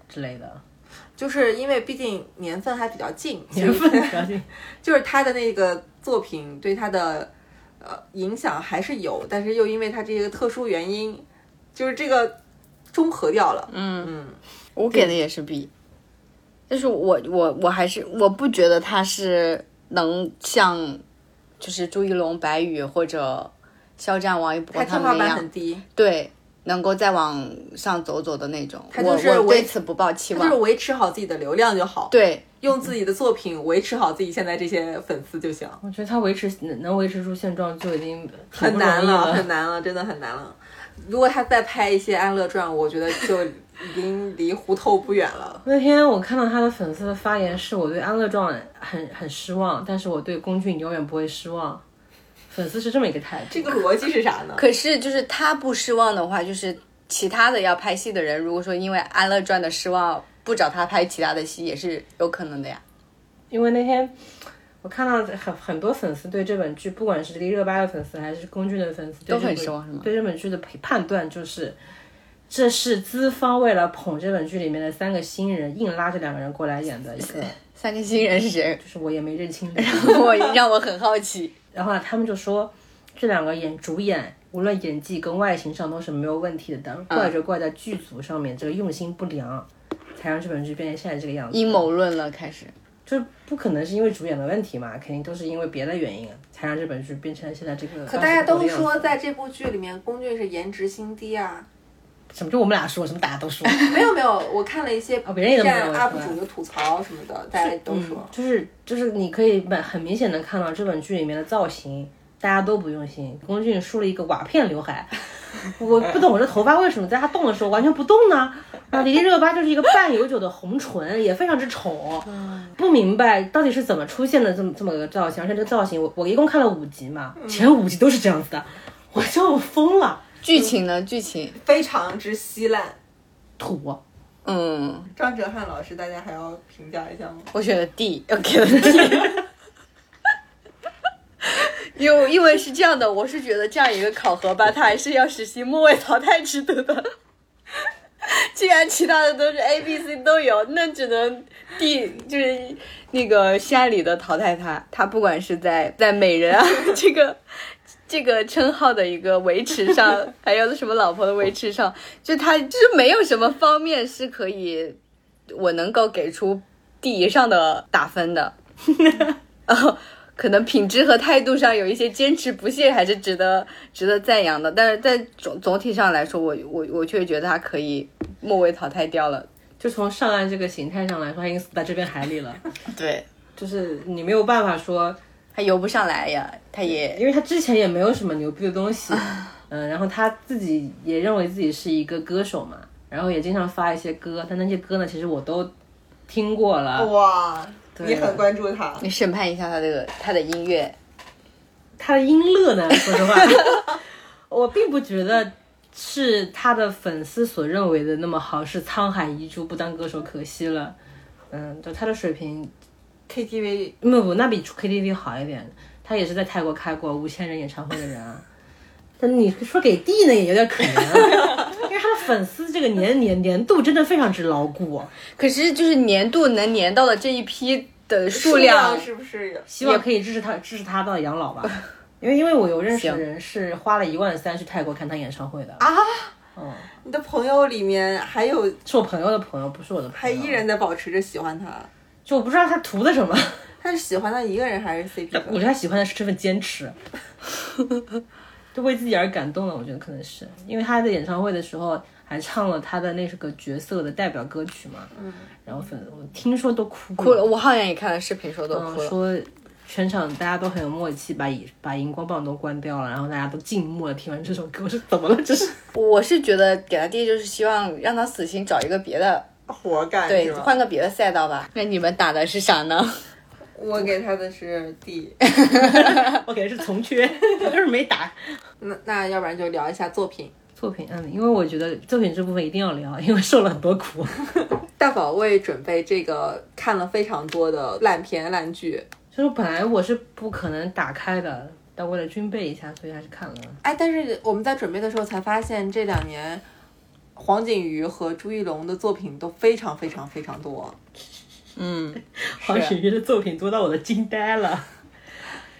Speaker 3: 之类的
Speaker 1: 就是因为毕竟年份还比较近，
Speaker 3: 年份比较近。
Speaker 1: 就是他的那个作品对他的呃影响还是有，但是又因为他这个特殊原因，就是这个中和掉了。
Speaker 5: 我给的也是 B，但是我我我还是我不觉得他是能像，就是朱一龙、白宇或者肖战、王一博
Speaker 1: 他
Speaker 5: 他
Speaker 1: 天
Speaker 5: 们
Speaker 1: 花
Speaker 5: 那
Speaker 1: 板
Speaker 5: 样
Speaker 1: 很，低，
Speaker 5: 对，能够再往上走走的那种。
Speaker 1: 他就是
Speaker 5: 我我
Speaker 1: 维
Speaker 5: 对此不抱期
Speaker 1: 他就是
Speaker 5: 望。
Speaker 1: 维持好自己的流量就好，
Speaker 5: 对，
Speaker 1: 用自己的作品维持好自己现在这些粉丝就行。
Speaker 3: 我觉得他维持能能维持住现状就已经挺
Speaker 1: 很
Speaker 3: 不容
Speaker 1: 难
Speaker 3: 易
Speaker 1: 了，
Speaker 3: 了，
Speaker 1: 很难了，真的很难了。如果他再拍一些《安乐传》，我觉得就已经离胡头不远 了。
Speaker 3: 那天我看到他的粉丝的发言是，我对安乐壮很很失望，但是我对龚俊永远不会失望。粉丝是这么一个态度，
Speaker 1: 这个逻辑是啥呢？
Speaker 5: 可是就是他不失望的话，就是其他的要拍戏的人，如果说因为《安乐传》的失望不找他拍其他的戏，也是有可能的呀。
Speaker 3: 因为那天我看到很很多粉丝对这本剧，不管是迪丽热巴的粉丝还是龚俊的粉丝，对
Speaker 5: 都很
Speaker 3: 这本
Speaker 5: 失望是吗
Speaker 3: 对这本剧的判判断就是，这是资方为了捧这本剧里面的三个新人，硬拉这两个人过来演的一个，
Speaker 5: 三个新人是谁？
Speaker 3: 就是我也嗯没认清。
Speaker 5: 我让我很好奇。
Speaker 3: 然后他们就说，这两个演主演无论演技跟外形上都是没有问题的，
Speaker 5: 嗯
Speaker 3: 但怪就怪在剧组上面这个用心不良，才让这本剧变成现在这个样子。
Speaker 5: 阴谋论了，开始。
Speaker 3: 就是不可能是因为主演的问题嘛，肯定都是因为别的原因啊才让这本剧变成现在这个。
Speaker 1: 可大家都
Speaker 3: 当时这个样
Speaker 1: 说，
Speaker 3: 子
Speaker 1: 在这部剧里面，龚俊是颜值新低 啊。
Speaker 3: 什么？就我们俩说什么，大家都说，
Speaker 1: 没有没有，我看了一些
Speaker 3: 哦别人也这么认为
Speaker 1: UP
Speaker 3: 是吧
Speaker 1: 主有吐槽什么的，大家都 说。
Speaker 3: 就是就是你可以蛮很明显的看到这本剧里面的造型，大家都不用心。龚俊梳了一个瓦片刘海， 我不懂这头发为什么在他动的时候完全不动呢？啊，迪丽热巴就是一个半永久的红唇，也非常之丑，
Speaker 1: 嗯
Speaker 3: 不明白到底是怎么出现的这么这么个造型。而且这个造型，我我一共看了五集嘛，
Speaker 1: 嗯
Speaker 3: 前五集都是这样子的，我就疯了，
Speaker 5: 剧情呢？剧情，
Speaker 1: 非常之稀烂。
Speaker 3: 土。
Speaker 5: 嗯，
Speaker 1: 张哲瀚老师，大家还要评价一下吗？
Speaker 5: 我选的 D，要给了 D。因为因为是这样的，我是觉得这样一个考核吧，它还是要实行末位淘汰制度的。 既然其他的都是 A、B、C 都有，那只能 D 就是那个下里的淘汰他。他不管是在在美人啊 这个这个称号的一个维持上，还有什么老婆的维持上，就他就是没有什么方面是可以我能够给出 D 以上的打分的。 哦，可能品质和态度上有一些坚持不懈，还是值得值得赞扬的。但是在总总体上来说，我我我却觉得他可以末位淘汰掉了。
Speaker 3: 就从上岸这个形态上来说，他已经死在这片海 里了，
Speaker 5: 对，
Speaker 3: 就是你没有办法说
Speaker 5: 他游不上来呀，他也
Speaker 3: 因为他之前也没有什么牛逼的东西，嗯，然后他自己也认为自己是一个歌手嘛，然后也经常发一些歌，但那些歌呢，其实我都听过了。
Speaker 1: 哇，
Speaker 3: 哦对你很
Speaker 1: 关注他，
Speaker 5: 你审判一下他这个他的音乐。
Speaker 3: 他的音乐呢，说实话， 我并不觉得是他的粉丝所认为的那么好，是沧海遗珠，不当歌手可惜了。嗯，就他的水平，
Speaker 1: KTV
Speaker 3: 不不，那比 KTV 好一点。他也是在泰国开过五千人演唱会的人啊。 但你说给 D 呢，也有点可怜、 啊，因为他的粉丝这个年年年度真的非常之牢固，啊
Speaker 5: 可是就是年度能年到的这一批的数
Speaker 1: 数
Speaker 5: 量，
Speaker 1: 是不是有？
Speaker 3: 希望可以支持他支持他到养老吧。 因为因为我有认识的人是花了一万三去泰国看他演唱会的，
Speaker 1: 啊，你的朋友里面还有
Speaker 3: 是我朋友的朋友，不是我的朋
Speaker 1: 还
Speaker 3: 友。
Speaker 1: 依然在保持着喜欢他，
Speaker 3: 就我不知道他图的什么，
Speaker 1: 他是喜欢他一个人还是 CP
Speaker 3: 我觉
Speaker 1: 粉？
Speaker 3: 得他喜欢的是这份坚持，就为自己而感动了。我觉得可能是因为他在演唱会的时候还唱了他的那个角色的代表歌曲嘛，嗯，然后粉我听说都哭
Speaker 5: 哭了。我好像也看了视频，说都
Speaker 3: 嗯
Speaker 5: 哭了。
Speaker 3: 说全场大家都很有默契，把荧把荧光棒都关掉了，然后大家都静默了。听完这首歌，我说怎么了？这是
Speaker 5: 我是觉得给他 D 就是希望让他死心，找一个别的，
Speaker 1: 活干
Speaker 5: 对，
Speaker 1: 是吧
Speaker 5: 换个别的赛道吧。那你们打的是啥呢？
Speaker 1: 我给他的是 D，
Speaker 3: 我感觉是从缺，我就是没打
Speaker 1: 那那要不然就聊一下作品。
Speaker 3: 作品。嗯，因为我觉得作品这部分一定要聊，因为受了很多苦。
Speaker 1: 大宝为准备这个看了非常多的烂片烂剧，
Speaker 3: 就是本来我是不可能打开的，但为了军备一下，所以还是看了。
Speaker 1: 哎，但是我们在准备的时候才发现，这两年黄景瑜和朱一龙的作品都非常非常非常多。
Speaker 5: 嗯，
Speaker 3: 黄雪瑜的作品多到我都惊呆了。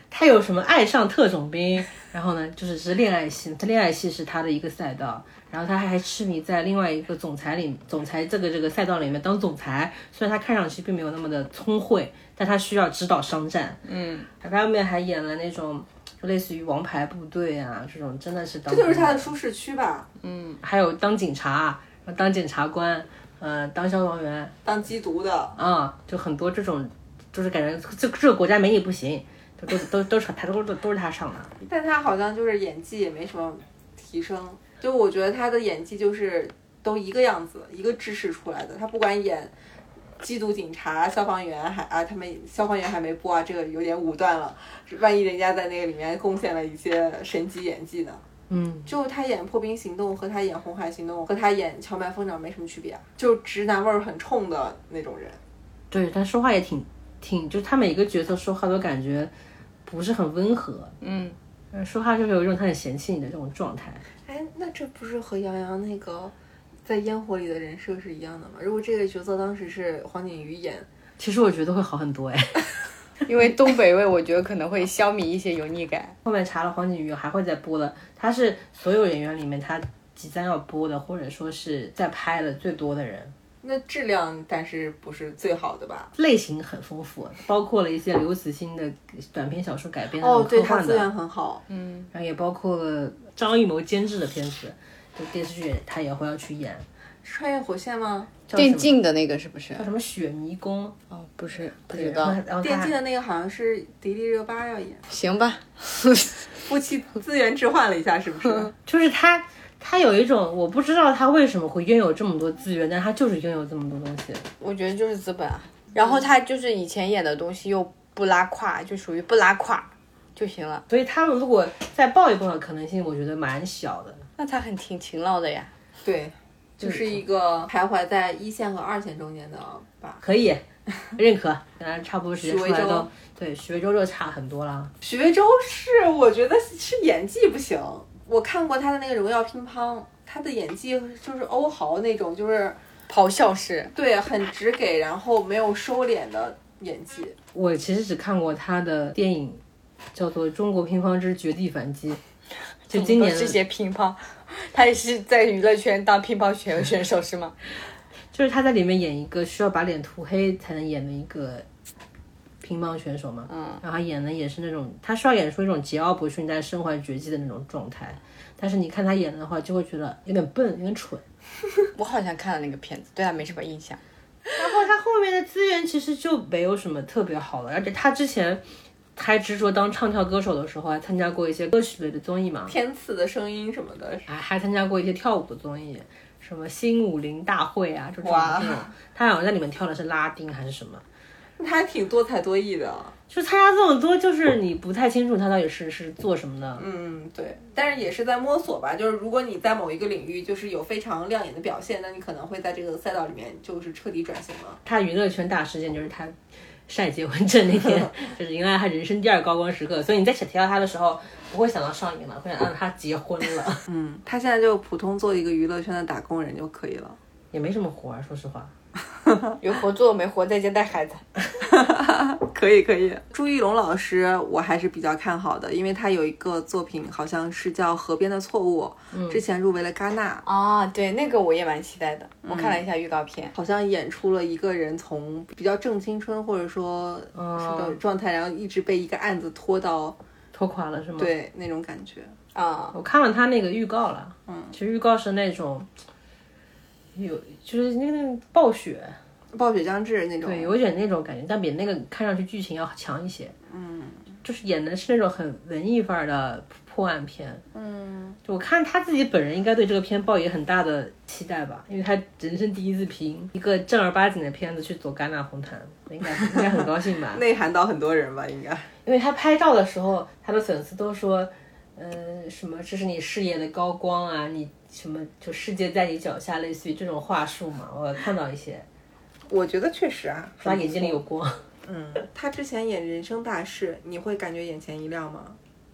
Speaker 3: 他有什么爱上特种兵，然后呢，就是是恋爱戏，他恋爱戏是他的一个赛道，然后他还痴迷在另外一个总裁里，总裁这个这个赛道里面当总裁，虽然他看上去并没有那么的聪慧，但他需要指导商战，嗯，他外面还演了那种就类似于王牌部队啊这种，真的是当
Speaker 1: 这就是他的舒适区吧？
Speaker 3: 还有当警察，当检察官，呃，当消防员，
Speaker 1: 当缉毒的，
Speaker 3: 啊、就很多这种，就是感觉这这个国家没你不行，就都都都是他都都都是他上的。
Speaker 1: 但他好像就是演技也没什么提升。就我觉得他的演技就是都一个样子，一个制式出来的。他不管演缉毒警察、消防员还啊，他们消防员还没播啊，这个有点武断了。万一人家在那个里面贡献了一些神级演技呢？
Speaker 3: 嗯，
Speaker 1: 就他演《破冰行动》和他演《红海行动》和他演《荞麦疯长》没什么区别啊，就直男味儿很冲的那种人。
Speaker 3: 对，他说话也挺挺，就是他每个角色说话都感觉不是很温和，
Speaker 5: 嗯，
Speaker 3: 呃说话就是有一种他很嫌弃你的这种状态。
Speaker 1: 哎，那这不是和杨洋那个在烟火里的人设是一样的吗？如果这个角色当时是黄景瑜演，
Speaker 3: 其实我觉得会好很多哎。
Speaker 5: 因为东北味，我觉得可能会消弭一些油腻感。
Speaker 3: 后面查了黄景瑜还会再播的，他是所有演员里面他即将要播的，或者说是在拍的最多的人。
Speaker 1: 那质量但是不是最好的吧？
Speaker 3: 类型很丰富，包括了一些刘慈欣的短篇小说改编的
Speaker 1: 哦，对，
Speaker 3: 科
Speaker 1: 它
Speaker 3: 幻
Speaker 1: 资
Speaker 3: 的，
Speaker 1: 源很好，嗯，
Speaker 3: 然后也包括了张艺谋监制的片子，就电视剧他也会要去演，
Speaker 1: 穿越火线吗？
Speaker 3: 叫什
Speaker 5: 电
Speaker 3: 么
Speaker 5: 竞的那个是不是
Speaker 3: 叫？什么《雪迷宫》，
Speaker 5: 哦，不是，不
Speaker 3: 对
Speaker 5: 知
Speaker 3: 然后
Speaker 5: 道。
Speaker 3: 然后他
Speaker 1: 电竞的那个好像是迪丽热巴要演，
Speaker 5: 行吧，
Speaker 1: 夫妻资源置换了一下，是不 是？
Speaker 3: 就是他，他有一种我不知道他为什么会拥有这么多资源，但他就是拥有这么多东西。
Speaker 5: 我觉得就是资本啊。然后他就是以前演的东西又不拉胯，就属于不拉胯就行了。
Speaker 3: 所以他们如果再爆一爆的可能性，我觉得蛮小的。
Speaker 5: 那他很挺勤劳的呀。
Speaker 1: 对，就是一个徘徊在一线和二线中间的吧。
Speaker 3: 可以，认可。当然，差不多时间出来
Speaker 1: 许魏
Speaker 3: 都
Speaker 1: 洲
Speaker 3: 对，许魏洲就差很多了。
Speaker 1: 许魏洲是，我觉得是演技不行。我看过他的那个《荣耀乒乓》，他的演技就是欧豪那种，就是
Speaker 5: 咆哮式，
Speaker 1: 对很直给，然后没有收敛的演技。
Speaker 3: 我其实只看过他的电影，叫做《中国乒乓之绝地反击》，就今年
Speaker 5: 都
Speaker 3: 的
Speaker 5: 是些乒乓，他也是在娱乐圈当乒乓选选手是吗？
Speaker 3: 就是他在里面演一个需要把脸涂黑才能演的一个乒乓选手嘛，嗯，然后他演的也是那种他需要演出一种桀骜不驯但身怀绝技的那种状态，但是你看他演的话，就会觉得有点笨，有点蠢。
Speaker 5: 我好像看了那个片子，对啊他没什么印象。
Speaker 3: 然后他后面的资源其实就没有什么特别好的，而且他之前还执着当唱跳歌手的时候，还参加过一些歌曲类的综艺嘛，
Speaker 1: 天赐的声音什么的，
Speaker 3: 还还参加过一些跳舞的综艺，什么新舞林大会啊，就这种
Speaker 1: 哇
Speaker 3: 这种，他好像在里面跳的是拉丁还是什么。
Speaker 1: 他还挺多才多艺的。
Speaker 3: 就参加这么多，就是你不太清楚他到底是是做什么的。
Speaker 1: 嗯，对，但是也是在摸索吧。就是如果你在某一个领域就是有非常亮眼的表现，那你可能会在这个赛道里面就是彻底转型了。
Speaker 3: 他娱乐圈大事件就是他晒结婚证那 天，就是迎来他人生第二高光时刻。所以你在想提到他的时候，不会想到上瘾了，会想到他结婚 了，
Speaker 1: 嗯，他现在就普通做一个娱乐圈的打工人就可以了。
Speaker 3: 也没什么活儿，说实话。
Speaker 5: 有活做没活，在家带孩子。
Speaker 1: 可以可以，朱一龙老师我还是比较看好的，因为他有一个作品好像是叫《河边的错误》，之前入围了戛纳，
Speaker 5: 啊，对，那个我也蛮期待的。我看了一下预告片，
Speaker 1: 好像演出了一个人从比较正青春或者说是的
Speaker 3: 嗯，
Speaker 1: 状态，然后一直被一个案子拖到
Speaker 3: 拖垮了是吗？，
Speaker 1: 对那种感觉。
Speaker 5: 啊、
Speaker 3: 我看了他那个预告了。嗯，其实预告是那种有就是那个暴雪，
Speaker 1: 暴雪将至那种，。
Speaker 3: 对，有一点那种感觉，但比那个看上去剧情要强一些。嗯，就是演的是那种很文艺范儿的破案片。嗯，就我看他自己本人应该对这个片抱有很大的期待吧，因为他人生第一次凭一个正儿八经的片子去走戛纳红毯，应该应该很高兴吧
Speaker 1: 内涵到很多人吧，应该。
Speaker 3: 因为他拍照的时候，他的粉丝都说，呃，什么这是你事业的高光啊，你什么就世界在你脚下，类似于这种话术嘛，我看到一些，
Speaker 1: 我觉得确实啊，
Speaker 3: 他眼睛里有光。
Speaker 1: 他之前演《人生大事》，你会感觉眼前一亮吗？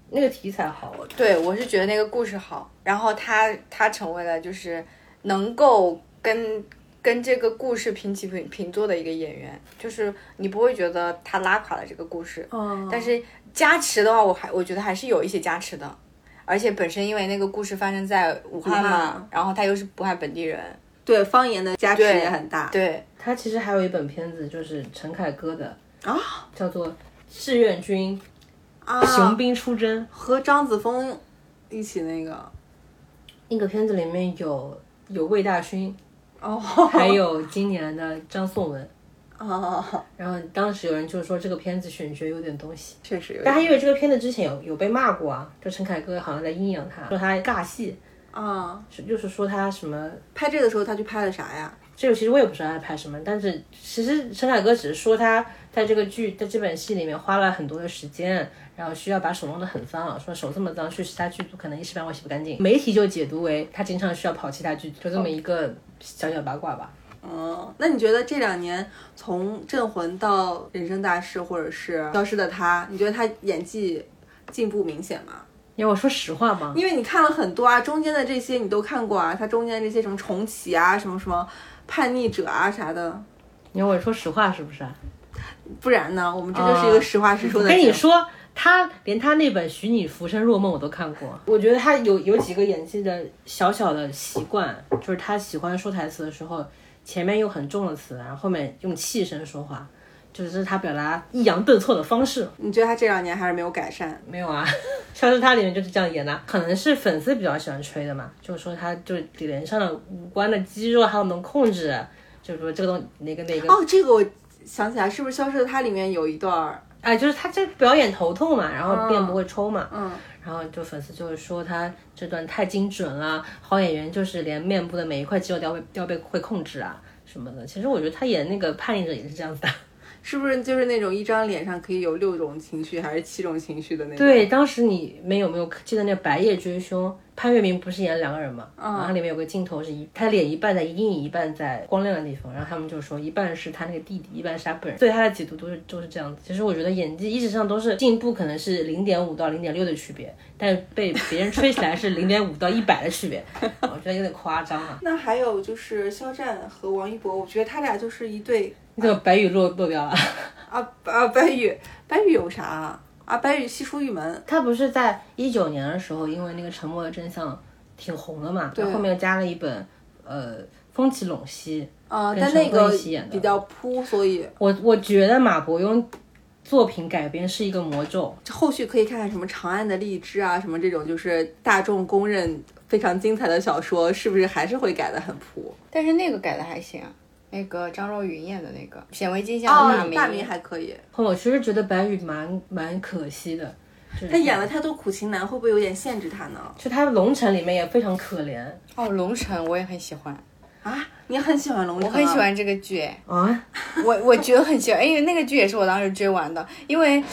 Speaker 3: 那个题材好，我
Speaker 5: 对我是觉得那个故事好，然后他他成为了就是能够跟跟这个故事平起平平坐的一个演员，就是你不会觉得他拉垮了这个故事，
Speaker 1: 哦
Speaker 5: 但是加持的话，我还我觉得还是有一些加持的。而且本身因为那个故事发生在武汉
Speaker 1: 武
Speaker 5: 嘛
Speaker 1: 汉，
Speaker 5: 然后他又是武汉本地人，
Speaker 1: 对方言的加持
Speaker 5: 对
Speaker 1: 也很大。
Speaker 5: 对，
Speaker 3: 他其实还有一本片子，就是陈凯歌的，
Speaker 1: 啊
Speaker 3: 叫做《志愿军
Speaker 1: 啊，
Speaker 3: 雄兵出征》。
Speaker 1: 和张子枫一起那个
Speaker 3: 那个片子里面有有魏大勋，
Speaker 1: 哦，
Speaker 3: 还有今年的张颂文。
Speaker 1: 哦，
Speaker 3: 然后当时有人就说这个片子选角有点东西，
Speaker 1: 确实有
Speaker 3: 但他
Speaker 1: 点
Speaker 3: 因为这个片子之前有有被骂过啊，就陈凯歌好像在阴阳他，说他尬戏，
Speaker 1: 啊。
Speaker 3: 是就是说他什么。这
Speaker 1: 拍这个时候他去拍了啥呀？
Speaker 3: 个其实我也不知道他在拍什么，但是其实陈凯歌只是说他在这个剧在这本戏里面花了很多的时间，然后需要把手弄得很脏，说手这么脏去其他剧组可能一时半会儿洗不干净。媒体就解读为他经常需要跑其他剧组，就这么一个小小八卦吧。
Speaker 1: 嗯，那你觉得这两年从《镇魂》到《人生大事》或者是《消失的她》，你觉得她演技进步明显吗？
Speaker 3: 你要我说实话吗？
Speaker 1: 因为你看了很多啊，中间的这些你都看过啊，它中间这些什么重启啊，什么什么叛逆者啊啥的，
Speaker 3: 你要我说实话是不是啊？
Speaker 1: 不然呢，我们这就是一个实话实说
Speaker 3: 啊
Speaker 1: 的、
Speaker 3: 跟你，说，他连他那本《许你浮生若梦》我都看过，我觉得他有有几个演技的小小的习惯，就是他喜欢说台词的时候前面用很重的词，然后后面用气声说话，就是他表达抑扬顿挫的方式。
Speaker 1: 你觉得他这两年还是没有改善？
Speaker 3: 没有啊，消失他里面就是这样演的，可能是粉丝比较喜欢吹的嘛，就是说他就是脸上的五官的肌肉还有能控制，就是说这个东西哪个哪个，
Speaker 1: 哦，这个我想起来，是不是《消失的她》里面有一段儿？
Speaker 3: 哎，就是他这表演头痛嘛，然后
Speaker 1: 嗯
Speaker 3: 便不会抽嘛，
Speaker 1: 嗯，
Speaker 3: 然后就粉丝就是说他这段太精准了，好演员就是连面部的每一块肌肉都要被都要被会控制啊什么的。其实我觉得他演那个叛逆者也是这样子的。
Speaker 1: 是不是就是那种一张脸上可以有六种情绪还是七种情绪的那种？
Speaker 3: 对，，当时你们有没有记得那《白夜追凶》？潘粤明不是演两个人嘛？
Speaker 1: 嗯
Speaker 3: 然后里面有个镜头是一，他脸一半在阴影，一半在光亮的地方。然后他们就说，一半是他那个弟弟，一半是他本人。对他的解读都是就是这样子。其实我觉得演技一直上都是进步，可能是零点五到零点六的区别，但被别人吹起来是零点五到一百的区别，我觉得有点夸张啊。
Speaker 1: 那还有就是肖战和王一博，我觉得他俩就是一对
Speaker 3: 你怎么白宇落落标了？
Speaker 1: 啊啊！白宇，白宇有啥啊？啊，白宇西出玉 门，
Speaker 3: 他不是在一九年的时候，因为那个《沉默的真相》挺红的嘛，
Speaker 1: 对
Speaker 3: 后面又加了一本呃《风起陇西
Speaker 1: 啊，
Speaker 3: 跟
Speaker 1: 但那
Speaker 3: 陈
Speaker 1: 个
Speaker 3: 坤一起演的
Speaker 1: 比较扑，所以》。
Speaker 3: 我我觉得马伯庸作品改编是一个魔咒，
Speaker 1: 后续可以看看什么《长安的荔枝》啊，什么这种就是大众公认非常精彩的小说，是不是还是会改得很扑？
Speaker 5: 但是那个改的还行啊，那个张若昀演的那个《显微镜下的
Speaker 1: 哦
Speaker 5: 大，明》
Speaker 1: 大明还可以。
Speaker 3: 后我其实觉得白宇蛮蛮可惜的。就是
Speaker 1: 他演了太多苦情男，会不会有点限制他呢？
Speaker 3: 就他《龙城》里面也非常可怜
Speaker 5: 哦，《龙城》我也很喜欢，
Speaker 1: 啊，你很喜欢龙城、
Speaker 5: 我很喜。欢这个剧，哎
Speaker 3: 啊，
Speaker 5: 我我觉得很喜欢，因为那个剧也是我当时追完的，因为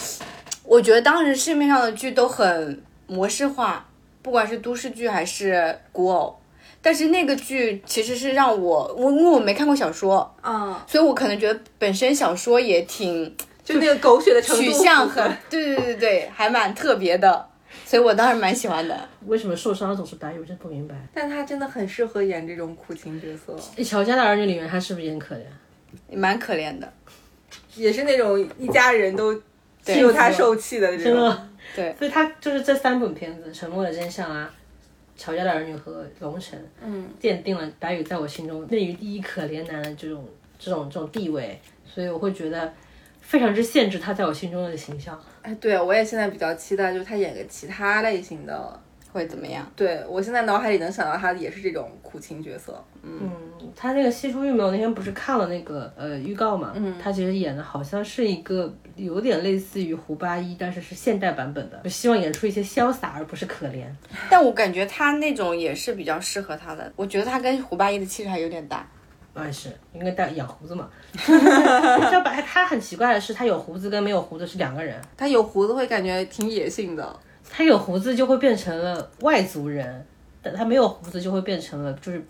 Speaker 5: 我觉得当时市面上的剧都很模式化，不管是都市剧还是古偶。但是那个剧其实是让我，我因为我没看过小说，
Speaker 1: 嗯，
Speaker 5: 所以我可能觉得本身小说也挺
Speaker 1: 就那个狗血的程度，
Speaker 5: 取向很，对对对对对，还蛮特别的，所以我当时蛮喜欢的。
Speaker 3: 为什么受伤的总是白宇？我真不明白。
Speaker 1: 但他真的很适合演这种苦情角色，
Speaker 3: 《乔家的儿女》里面他是不是也很可怜？
Speaker 5: 也蛮可怜的。
Speaker 1: 也是那种一家人都只有他受气的这
Speaker 3: 真
Speaker 1: 种。
Speaker 3: 的，
Speaker 5: 对
Speaker 3: 所以他就是这三本片子《沉默的真相》啊，《乔家的儿女》和《龙城》，嗯，奠定了白宇在我心中内娱第一可怜男的这种这种这种地位，所以我会觉得非常之限制他在我心中的形象。
Speaker 1: 哎，对我也现在比较期待，就是他演个其他类型的。
Speaker 5: 会怎么样？
Speaker 1: 对我现在脑海里能想到他也是这种苦情角色。
Speaker 3: 嗯，他那个《西出玉门》，我那天不是看了那个呃预告嘛，嗯，他其实演的好像是一个有点类似于胡八一，但是是现代版本的，我希望演出一些潇洒而不是可怜。
Speaker 5: 但我感觉他那种也是比较适合他的，我觉得他跟胡八一的气质还有点搭。
Speaker 3: 我啊也是，应该戴养胡子嘛。 要白他很奇怪的是，他有胡子跟没有胡子是两个人。
Speaker 1: 他有胡子会感觉挺野性的，
Speaker 3: 他有胡子就会变成了外族人，但他没有胡子就会变成了就是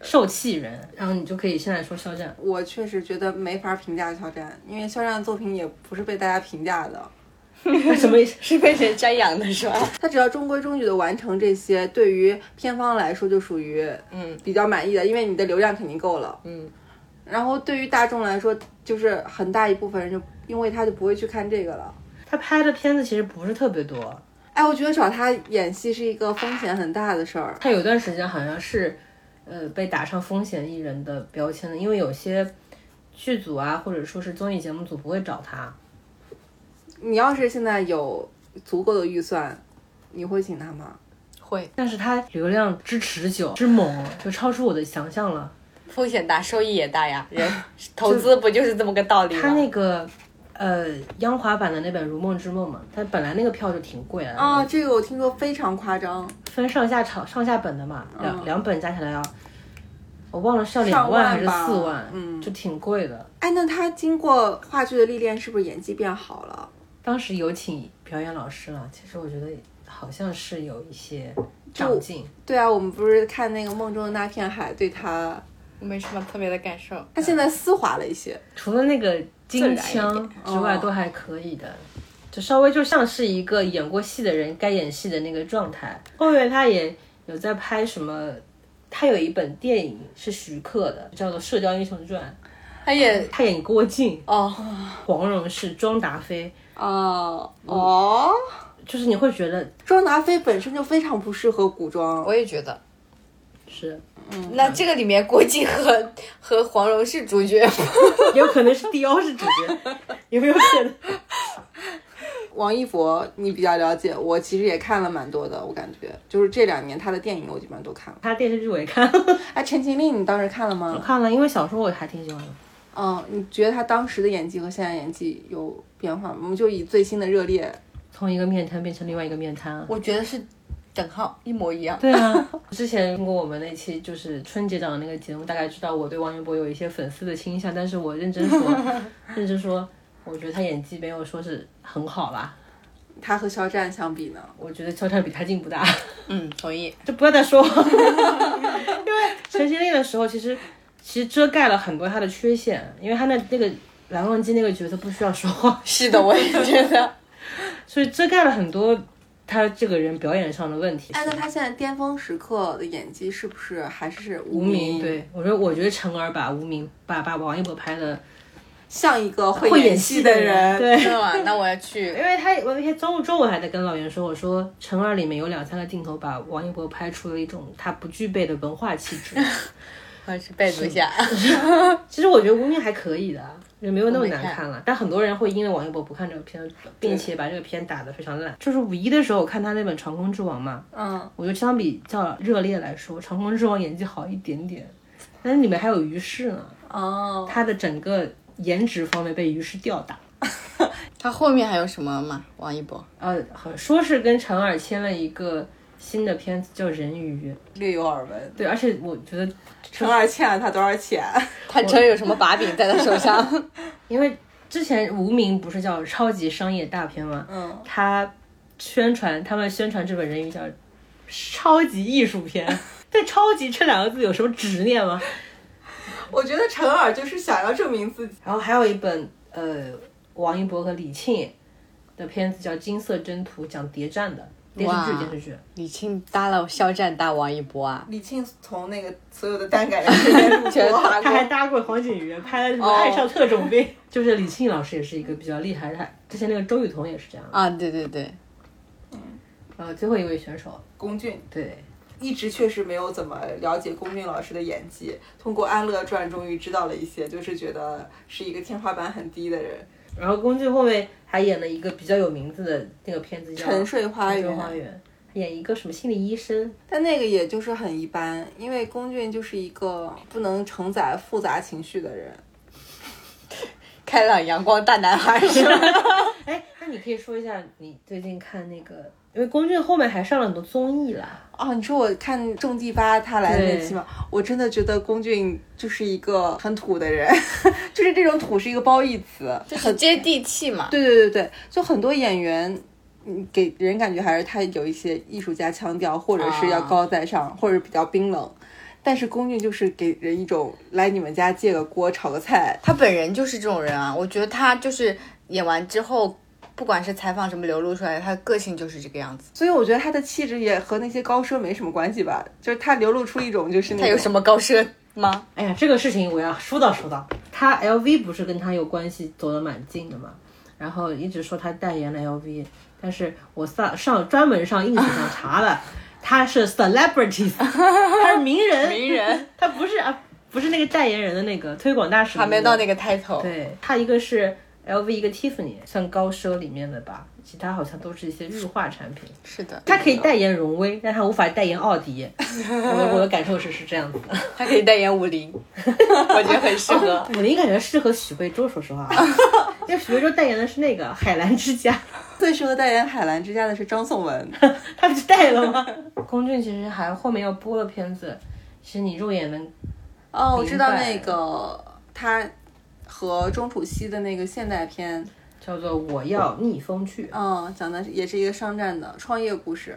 Speaker 3: 受气人。然后你就可以现在说肖 战，
Speaker 1: 我确实觉得没法评价肖战，因为肖战的作品也不是被大家评价的。
Speaker 3: 什么意思？
Speaker 5: 是被谁瞻仰的是吧？
Speaker 1: 他只要中规中矩的完成这些，对于片方来说就属于
Speaker 5: 嗯
Speaker 1: 比较满意的，因为你的流量肯定够了。
Speaker 5: 嗯，
Speaker 1: 然后对于大众来说，就是很大一部分人就因为他就不会去看这个了。
Speaker 3: 他拍的片子其实不是特别多，
Speaker 1: 哎，我觉得找他演戏是一个风险很大的事儿。
Speaker 3: 他有段时间好像是呃被打上风险艺人的标签的，因为有些剧组啊或者说是综艺节目组不会找他。
Speaker 1: 你要是现在有足够的预算，你会请他吗？
Speaker 5: 会
Speaker 3: 但是他流量之持久之猛，就超出我的想象了。
Speaker 5: 风险大，收益也大呀。人 投资不就是这么个道理吗？
Speaker 3: 他那个呃央华版的那本《如梦之梦》嘛，他本来那个票就挺贵的
Speaker 1: 啊，，这个我听说非常夸张，
Speaker 3: 分上下场上下本的嘛，两、
Speaker 1: 嗯
Speaker 3: 两本加起来要，我忘了是要
Speaker 1: 上
Speaker 3: 两
Speaker 1: 万
Speaker 3: 还是
Speaker 1: 吧
Speaker 3: 四万，
Speaker 1: 嗯
Speaker 3: 就挺贵的。
Speaker 1: 哎，那他经过话剧的历练，是不是演技变好了？
Speaker 3: 当时有请表演老师了，其实我觉得好像是有一些
Speaker 1: 就
Speaker 3: 长进。
Speaker 1: 对啊，我们不是看那个《梦中的那片海》，对他，
Speaker 5: 没什么特别的感受。
Speaker 1: 他现在丝滑了一些。
Speaker 3: 除了那个
Speaker 5: 自
Speaker 3: 金
Speaker 5: 然一点
Speaker 3: 腔之外，
Speaker 1: 哦
Speaker 3: 都还可以的，就稍微就像是一个演过戏的人该演戏的那个状态。后面他也有在拍什么，他有一本电影是徐克的，叫做《射雕英雄传
Speaker 5: 他也》，
Speaker 3: 他演郭靖、
Speaker 5: 哦，
Speaker 3: 黄蓉是庄达菲，
Speaker 1: 哦哦，
Speaker 3: 就是你会觉得
Speaker 1: 庄达菲本身就非常不适合古装，
Speaker 5: 我也觉得
Speaker 3: 是，
Speaker 5: 那这个里面郭靖和和黄蓉是主角吗，
Speaker 3: 也有可能是 迪奥是主角，有没有可能？
Speaker 1: 王一博你比较了解，我其实也看了蛮多的，我感觉就是这两年他的电影我基本上都看了。
Speaker 3: 他电视剧我也看
Speaker 1: 哎，《陈情令》你当时看了
Speaker 3: 我
Speaker 1: 吗？
Speaker 3: 看了，因为小时候我还挺喜欢的。
Speaker 1: 嗯，你觉得他当时的演技和现在演技有变化吗？我们就以最新的《热烈
Speaker 3: 从一个面瘫变成另外一个面瘫。
Speaker 5: 我觉得是等号一模一样。
Speaker 3: 对啊， 之前通过我们那期就是春节档的那个节目，大概知道我对王一博有一些粉丝的倾向，但是我认真说，认真说，我觉得他演技没有说是很好啦，》，
Speaker 1: 他和肖战相比呢？
Speaker 3: 我觉得肖战比他进步大。
Speaker 5: 嗯，同意。
Speaker 3: 就不要再说我，因为陈情令的时候，其实其实遮盖了很多他的缺陷，因为他那那个蓝忘机那个角色不需要说话，
Speaker 5: 是的，我也觉 得。
Speaker 3: 所以遮盖了很多他这个人表演上的问题。
Speaker 1: 哎，那他现在巅峰时刻的演技是不是还是无
Speaker 3: 无
Speaker 1: 名？
Speaker 3: 名，，对我觉得，我觉得陈儿把无名把把王一博拍的，
Speaker 1: 像一个会
Speaker 3: 会演
Speaker 1: 演
Speaker 3: 戏
Speaker 1: 戏
Speaker 3: 的
Speaker 1: 的人。
Speaker 3: 人对
Speaker 5: 是吗？那我要去
Speaker 3: 因为他我那天中午中午还在跟老袁说，我说陈儿里面有两三个镜头把王一博拍出了一种他不具备的文化气质。
Speaker 5: 我要去百度一下。
Speaker 3: 其实我觉得《无名》还可以的，也没有那么难
Speaker 5: 我没看
Speaker 3: 看了。但很多人会因为王一博不看这个片，并且把这个片打得非常烂。就是五一的时候，我看他那本《长空之王》嘛，
Speaker 1: 嗯，
Speaker 3: 我觉得相比较热烈来说，《长空之王》演技好一点点，但是里面还有于适呢，
Speaker 1: 哦，
Speaker 3: 他的整个颜值方面被于适吊打。
Speaker 5: 他后面还有什么吗？王一博。
Speaker 3: 呃，好说是跟陈耳签了一个新的片子叫《人鱼》，
Speaker 1: 略有耳闻。
Speaker 3: 对，而且我觉得
Speaker 1: 陈二欠啊了他多少钱？
Speaker 5: 他真有什么把柄在他手上？
Speaker 3: 因为之前无名不是叫超级商业大片吗？嗯，他宣传他们宣传这本《人鱼》叫超级艺术片， 对“超级”这两个字有什么执念吗？
Speaker 1: 我觉得陈耳就是想要证明自己。
Speaker 3: 然后还有一本呃，王一博和李沁的片子叫《金色征途》，讲谍战的电视剧，
Speaker 5: 哇
Speaker 3: 电视剧。
Speaker 5: 李沁搭了肖战搭王一博啊？
Speaker 1: 李沁从那个所有的单改人里 面入
Speaker 5: 全搭
Speaker 1: 锅，
Speaker 3: 他还搭过黄景瑜，拍了什么《爱上特种兵》哦就是李沁老师也是一个比较厉害的，他之前那个周雨彤也是这样的。
Speaker 5: 啊，对对对，
Speaker 3: 然后最后一位选手，
Speaker 1: 龚俊
Speaker 3: 对，
Speaker 1: 一直确实没有怎么了解龚俊老师的演技，通过《安乐传》终于知道了一些，就是觉得是一个天花板很低的人。
Speaker 3: 然后龚俊后面还演了一个比较有名字的那个片子叫《
Speaker 1: 沉睡花
Speaker 3: 沉
Speaker 1: 园
Speaker 3: 睡花园》，演一个什么心理医生，
Speaker 1: 但那个也就是很一般，因为龚俊就是一个不能承载复杂情绪的人。
Speaker 5: 开朗阳光大男孩是 吧？
Speaker 3: 哎，那你可以说一下你最近看那个，因为龚俊后面还上了很多综艺啦。
Speaker 1: 哦，你说我看《种地吧》他来的那期嘛，我真的觉得龚俊就是一个很土的人， 就是这种土是一个褒义词，
Speaker 5: 很接地气嘛。
Speaker 1: 对对对对，就很多演员，嗯，给人感觉还是他有一些艺术家腔调，或者是要
Speaker 5: 啊
Speaker 1: 高在上，或者比较冰冷。但是龚俊就是给人一种来你们家借个锅炒个菜，
Speaker 5: 他本人就是这种人啊，我觉得他就是演完之后，不管是采访什么流露出来，他的个性就是这个样子。
Speaker 1: 所以我觉得他的气质也和那些高奢没什么关系吧，就是他流露出一种就是那
Speaker 5: 他有什么高奢吗？
Speaker 3: 哎呀，这个事情我要说道说道。他 LV 不是跟他有关系，走得蛮近的嘛。然后一直说他代言了 LV，但是我上上专门上 ins 上查了， 他是 celebrities，他是名人，
Speaker 5: 名人，
Speaker 3: 他不是啊，不是那个代言人的那个推广大使，
Speaker 5: 还没到那个 title。
Speaker 3: 对，它一个是 LV，一个 Tiffany，算高奢里面的吧，其他好像都是一些日化产品。
Speaker 5: 是的，
Speaker 3: 它可以代言荣威，但它无法代言奥迪。我我的感受是是这样子的。
Speaker 5: 他可以代言五菱， 我觉得很适合。
Speaker 3: 我的感觉适合许魏洲，说实话，啊 因为许魏洲代言的是那个海澜之家，
Speaker 1: 最适合代言海澜之家的是张颂文，
Speaker 3: 他不就代了吗？龚俊其实还后面要播的片子，其实你肉眼能
Speaker 1: 哦，我知道
Speaker 3: 明白
Speaker 1: 那个他和钟楚曦的那个现代片，
Speaker 3: 叫做我要逆风去，
Speaker 1: 嗯，讲的也是一个商战的创业故事。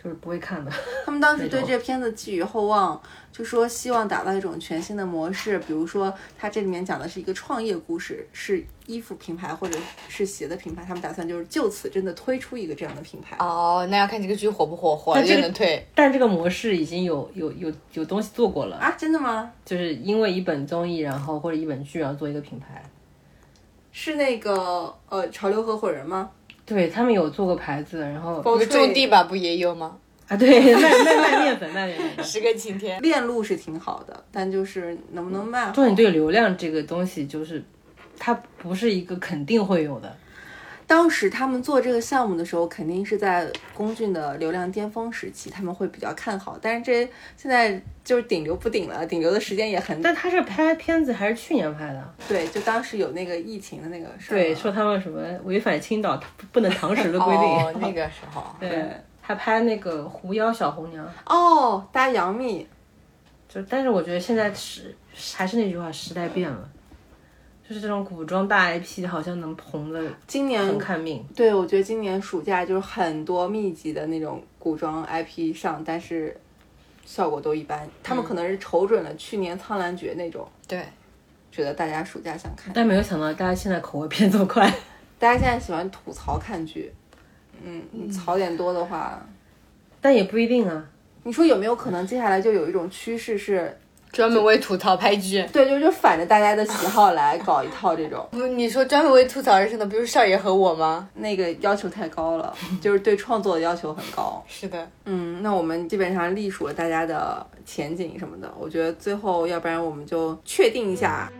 Speaker 3: 就是不会 看的。
Speaker 1: 他们当时对这片子寄予厚望，就说希望打造一种全新的模式，比如说它这里面讲的是一个创业故事，是衣服品牌或者是鞋的品牌，他们打算就是就此真的推出一个这样的品牌。
Speaker 5: 哦，那要看这个剧火不火，火了
Speaker 3: 这
Speaker 5: 就
Speaker 3: 个
Speaker 5: 能退。
Speaker 3: 但这个模式已经有有有有东西做过了，
Speaker 1: 啊，真的吗？
Speaker 3: 就是因为一本综艺，然后或者一本剧，然后做一个品牌。
Speaker 1: 是那个呃潮流合伙人吗？
Speaker 3: 对他们有做过牌子，然后
Speaker 1: 包
Speaker 5: 哦不是种地吧，不也有吗？
Speaker 3: 啊，对，卖卖卖面粉，卖面粉。
Speaker 5: 十个晴天，
Speaker 1: 链路是挺好的，但就是能不能卖好？
Speaker 3: 重点对流量这个东西，就是它不是一个肯定会有的。
Speaker 1: 当时他们做这个项目的时候，肯定是在龚俊的流量巅峰时期，他们会比较看好。但是这现在就是顶流不顶了，顶流的时间也很
Speaker 3: 但他是拍片子还是去年拍的？
Speaker 1: 对。就当时有那个疫情的那个事儿嘛，
Speaker 3: 对，说他们什么违反青岛不 不能堂食的规定。
Speaker 5: 哦，那个时 候
Speaker 3: 对，还拍那个《狐妖小红娘》，
Speaker 1: 哦，搭杨幂，
Speaker 3: 就但是我觉得现在时还是那句话，时代变了，就是这种古装大 IP 好像能红的
Speaker 1: 今年
Speaker 3: 很看命。
Speaker 1: 对我觉得今年暑假就是很多密集的那种古装 IP 上，但是效果都一般。他们可能是瞅准了去年《苍兰诀》那种，
Speaker 5: 对，
Speaker 1: 觉得大家暑假想看。
Speaker 3: 但没有想到大家现在口味变这么快，
Speaker 1: 大家现在喜欢吐槽看剧，嗯，你槽点多的话，
Speaker 3: 但也不一定啊。
Speaker 1: 你说有没有可能接下来就有一种趋势是，
Speaker 5: 专门为吐槽拍剧。
Speaker 1: 对，就就反着大家的喜好来搞一套这种，
Speaker 5: 不，你说专门为吐槽而生的，不是少爷和我吗？
Speaker 1: 那个要求太高了，就是对创作的要求很高。
Speaker 5: 是的，
Speaker 1: 嗯，那我们基本上隶属了大家的前景什么的，我觉得最后要不然我们就确定一下。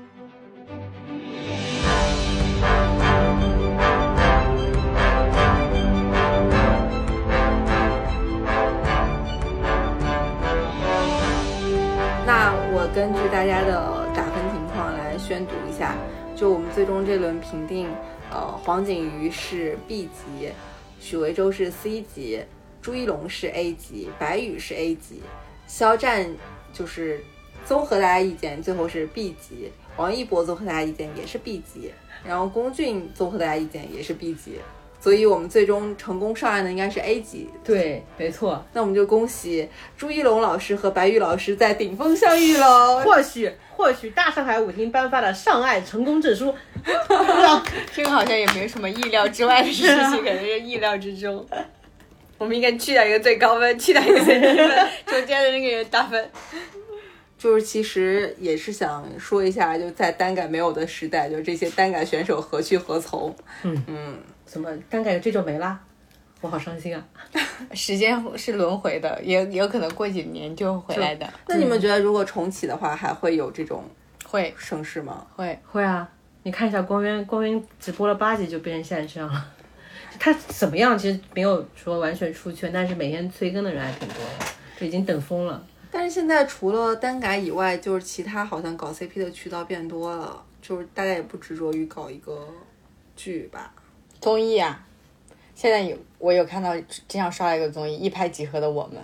Speaker 1: 那我根据大家的打分情况来宣读一下，就我们最终这轮评定，呃，黄景瑜是 B 级，许维洲是 C 级，朱一龙是 A 级，白宇是 A 级，肖战就是综合大家意见，最后是 B 级，王一博综合大家意见也是 B 级，然后龚俊综合大家意见也是 B 级，所以我们最终成功上岸的应该是 A 级。
Speaker 3: 对，没错。
Speaker 1: 那我们就恭喜朱一龙老师和白宇老师在顶峰相遇喽！
Speaker 3: 或许或许大上海舞厅颁发的上岸成功证书，不知道
Speaker 5: 这个好像也没什么意料之外的事 情，可能是意料之中。我们应该去掉一个最高分，去掉一个最低分，中间的那个人打分。
Speaker 1: 就是其实也是想说一下，就在单改没有的时代，就这些单改选手何去何从？
Speaker 3: 怎么单改这就没啦，我好伤心啊！
Speaker 5: 时间是轮回的，也也有可能过几年就回来的。
Speaker 1: 那你们觉得如果重启的话，还会有这种
Speaker 5: 会
Speaker 1: 盛世吗？
Speaker 5: 会，
Speaker 3: 会啊，你看一下光渊，光渊只播了八集就变成现在这样了。他怎么样，其实没有说完全出圈，但是每天催更的人还挺多的，就已经等疯了。
Speaker 1: 但是现在除了单改以外，就是其他好像搞 CP 的渠道变多了，就是大家也不执着于搞一个剧吧。
Speaker 5: 综艺啊，现在有我有看到经常刷一个综艺《一拍即合的我们》，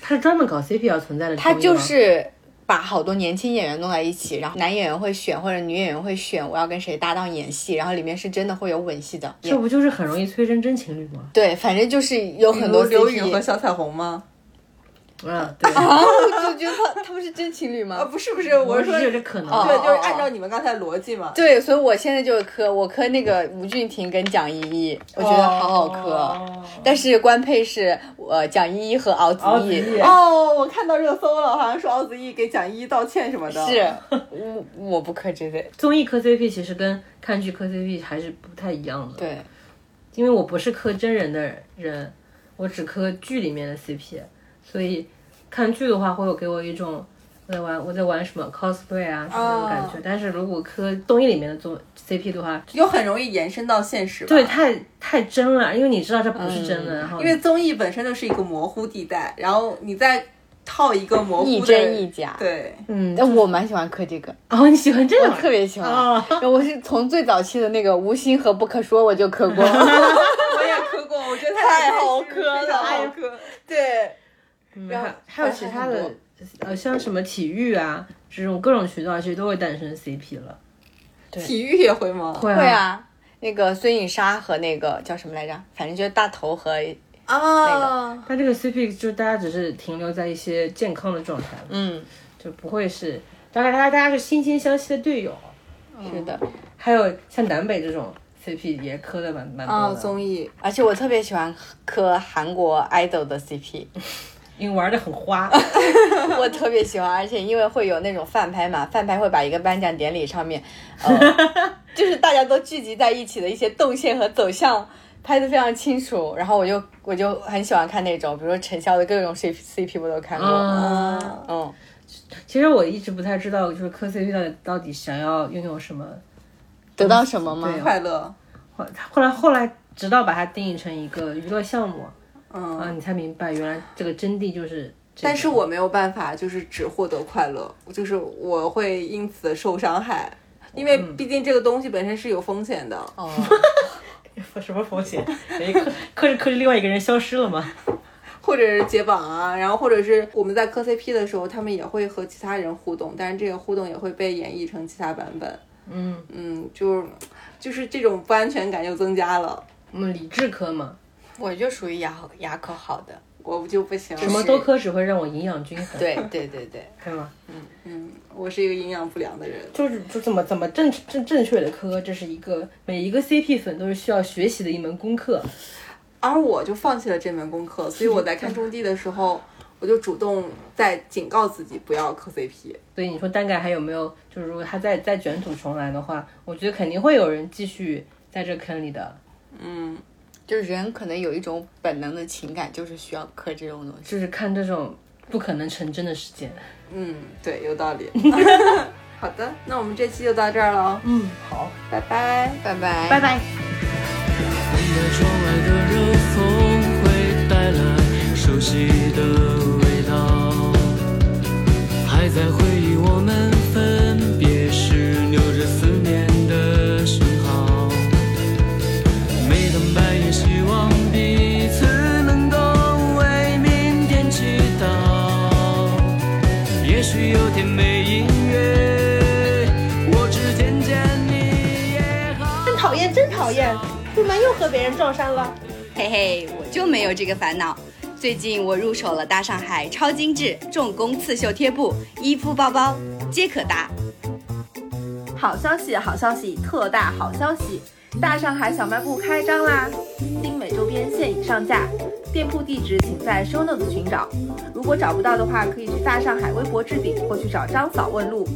Speaker 3: 他是专门搞 CP 而存在的，
Speaker 5: 他就是把好多年轻演员弄在一起，然后男演员会选或者女演员会选我要跟谁搭档演戏，然后里面是真的会有吻戏的。
Speaker 3: 这不就是很容易催生真情侣吗？
Speaker 5: 对，反正就是有很多
Speaker 1: 比如刘宇和
Speaker 5: CP，
Speaker 1: 小彩虹吗？
Speaker 5: 啊
Speaker 3: 嗯， 对，
Speaker 5: 我就觉得他他们是真情侣
Speaker 1: 啊，
Speaker 5: 吗？
Speaker 1: 不是不是，我是说
Speaker 3: 有这可能。
Speaker 5: 哦
Speaker 1: 对，就是按照你们刚才的逻辑嘛。
Speaker 5: 对，所以我现在就是磕，我磕那个吴俊廷跟蒋依依，我觉得好好磕。啊
Speaker 3: 哦
Speaker 5: 但是官配是呃蒋依依和敖子
Speaker 3: 敖子
Speaker 5: 逸，
Speaker 3: 逸
Speaker 1: 哦，我看到热搜了，好像说敖子逸给蒋依依道歉什么的。
Speaker 5: 是我我不磕这对，
Speaker 3: 综艺磕 CP 其实跟看剧磕 CP 还是不太一样的。，
Speaker 5: 对，
Speaker 3: 因为我不是磕真人的人，我只磕剧里面的 CP，所以看剧的话会有给我一种我在玩我在玩什么 cosplay 啊
Speaker 5: 哦
Speaker 3: 什么的感觉。但是如果磕综艺里面的综 CP 的话，
Speaker 1: 又很容易延伸到现实吧。
Speaker 3: 对，太太真了，因为你知道这不是真的，
Speaker 5: 嗯
Speaker 3: 然后
Speaker 1: 因为综艺本身就是一个模糊地带，然后你再套一个模糊的
Speaker 5: 亦真亦假。
Speaker 1: 对，
Speaker 5: 嗯，但我蛮喜欢磕这个，
Speaker 3: 哦你喜欢这
Speaker 5: 我
Speaker 3: 个，
Speaker 5: 特别喜欢。
Speaker 3: 哦
Speaker 5: 然后我是从最早期的那个无心和不可说我就 磕过，
Speaker 1: 我也磕过，我 觉得
Speaker 5: 太好
Speaker 1: 是
Speaker 5: 磕
Speaker 1: 非常
Speaker 5: 了
Speaker 1: 好磕。
Speaker 5: 对，
Speaker 3: 啊嗯
Speaker 5: 然后
Speaker 3: 还有其他
Speaker 5: 还有
Speaker 3: 的
Speaker 5: 很多，
Speaker 3: 呃，像什么体育啊这种各种渠道，其实都会诞生 CP 了。
Speaker 1: 体育也会吗？
Speaker 3: 会
Speaker 5: 会，啊，那个孙颖莎和那个叫什么来着？反正就是大头和
Speaker 1: 啊，
Speaker 3: 但这个 CP 就大家只是停留在一些健康的状态了，
Speaker 5: 嗯，
Speaker 3: 就不会是大概大家大家是惺惺相惜的队友。
Speaker 1: 嗯
Speaker 5: 是的。
Speaker 3: 还有像南北这种 CP 也磕的蛮蛮
Speaker 1: 啊，
Speaker 3: 多的，
Speaker 1: 综艺
Speaker 5: 而且我特别喜欢磕韩国 idol 的 CP，
Speaker 3: 因为玩的很 花。
Speaker 5: 我特别喜欢，而且因为会有那种饭拍嘛，饭拍会把一个颁奖典 礼上面，呃，就是大家都聚集在一起的一些动线和走向。拍的非常清楚，然后我就我就很喜欢看那种，比如说陈晓的各种 C CP 我都看过，
Speaker 3: 嗯
Speaker 5: 嗯，
Speaker 3: 其实我一直不太知道，就是磕 CP 到底到底想要拥有什么。
Speaker 5: 得到什么吗？
Speaker 3: 对
Speaker 1: 快乐，
Speaker 3: 后后来后来，直到把它定义成一个娱乐项目啊，
Speaker 1: 嗯。
Speaker 3: 你才明白原来这个真谛就是这个。
Speaker 1: 但是我没有办法，就是只获得快乐，就是我会因此受伤害，因为
Speaker 3: 嗯
Speaker 1: 毕竟这个东西本身是有风险的。
Speaker 5: 哦，
Speaker 3: 什么风险？ 谁磕磕着磕着另外一个人消失了吗？
Speaker 1: 或者是解绑啊，然后或者是我们在磕 CP 的时候，他们也会和其他人互动，但是这个互动也会被演绎成其他版本。
Speaker 3: 嗯
Speaker 1: 嗯，就是就是这种不安全感又增加了，
Speaker 3: 我们理智磕嘛，
Speaker 5: 我就属于牙好牙口好的，
Speaker 1: 我就不行。
Speaker 3: 什么都磕只会让我营养均衡，
Speaker 5: 对对对对，
Speaker 3: 对吗？
Speaker 1: 嗯，我是一个营养不良的人。
Speaker 3: 就是就怎么怎么正正正确的磕，这是一个每一个 CP 粉都是需要学习的一门功课。
Speaker 1: 而我就放弃了这门功课，所以我在看种地的 时候，我就主动在警告自己不要磕 CP。
Speaker 3: 所以你说单改还有没有？就是如果他再再卷土重来的话，我觉得肯定会有人继续在这坑里的，
Speaker 1: 嗯
Speaker 5: 就是人可能有一种本能的情感，就是需要磕这种东西。
Speaker 3: 就是看这种不可能成真的事件。
Speaker 1: 嗯，对，有 道理。好的，那我们这期就到这儿了，哦
Speaker 3: 嗯，好，
Speaker 1: 拜拜。
Speaker 5: 拜拜，
Speaker 3: 拜拜。
Speaker 6: 等待窗外的热风会带来熟悉的味道，还在回忆我们分别时留着思念的讯号。每当白夜，希望彼此能够为明天祈祷。也许有天没音乐，我只听见你也好。
Speaker 4: 真讨厌，真讨厌！不然又和别人撞衫了。
Speaker 7: 嘿嘿，我就没有这个烦恼。最近我入手了大上海超精致重工刺绣贴布、衣服、包包皆可搭。
Speaker 4: 好消息，好消息，特大好消息！大上海小卖部开张啦！精美周边现已上架，店铺地址请在 show notes 寻找。如果找不到的话，可以去大上海微博置顶或去找张嫂问路。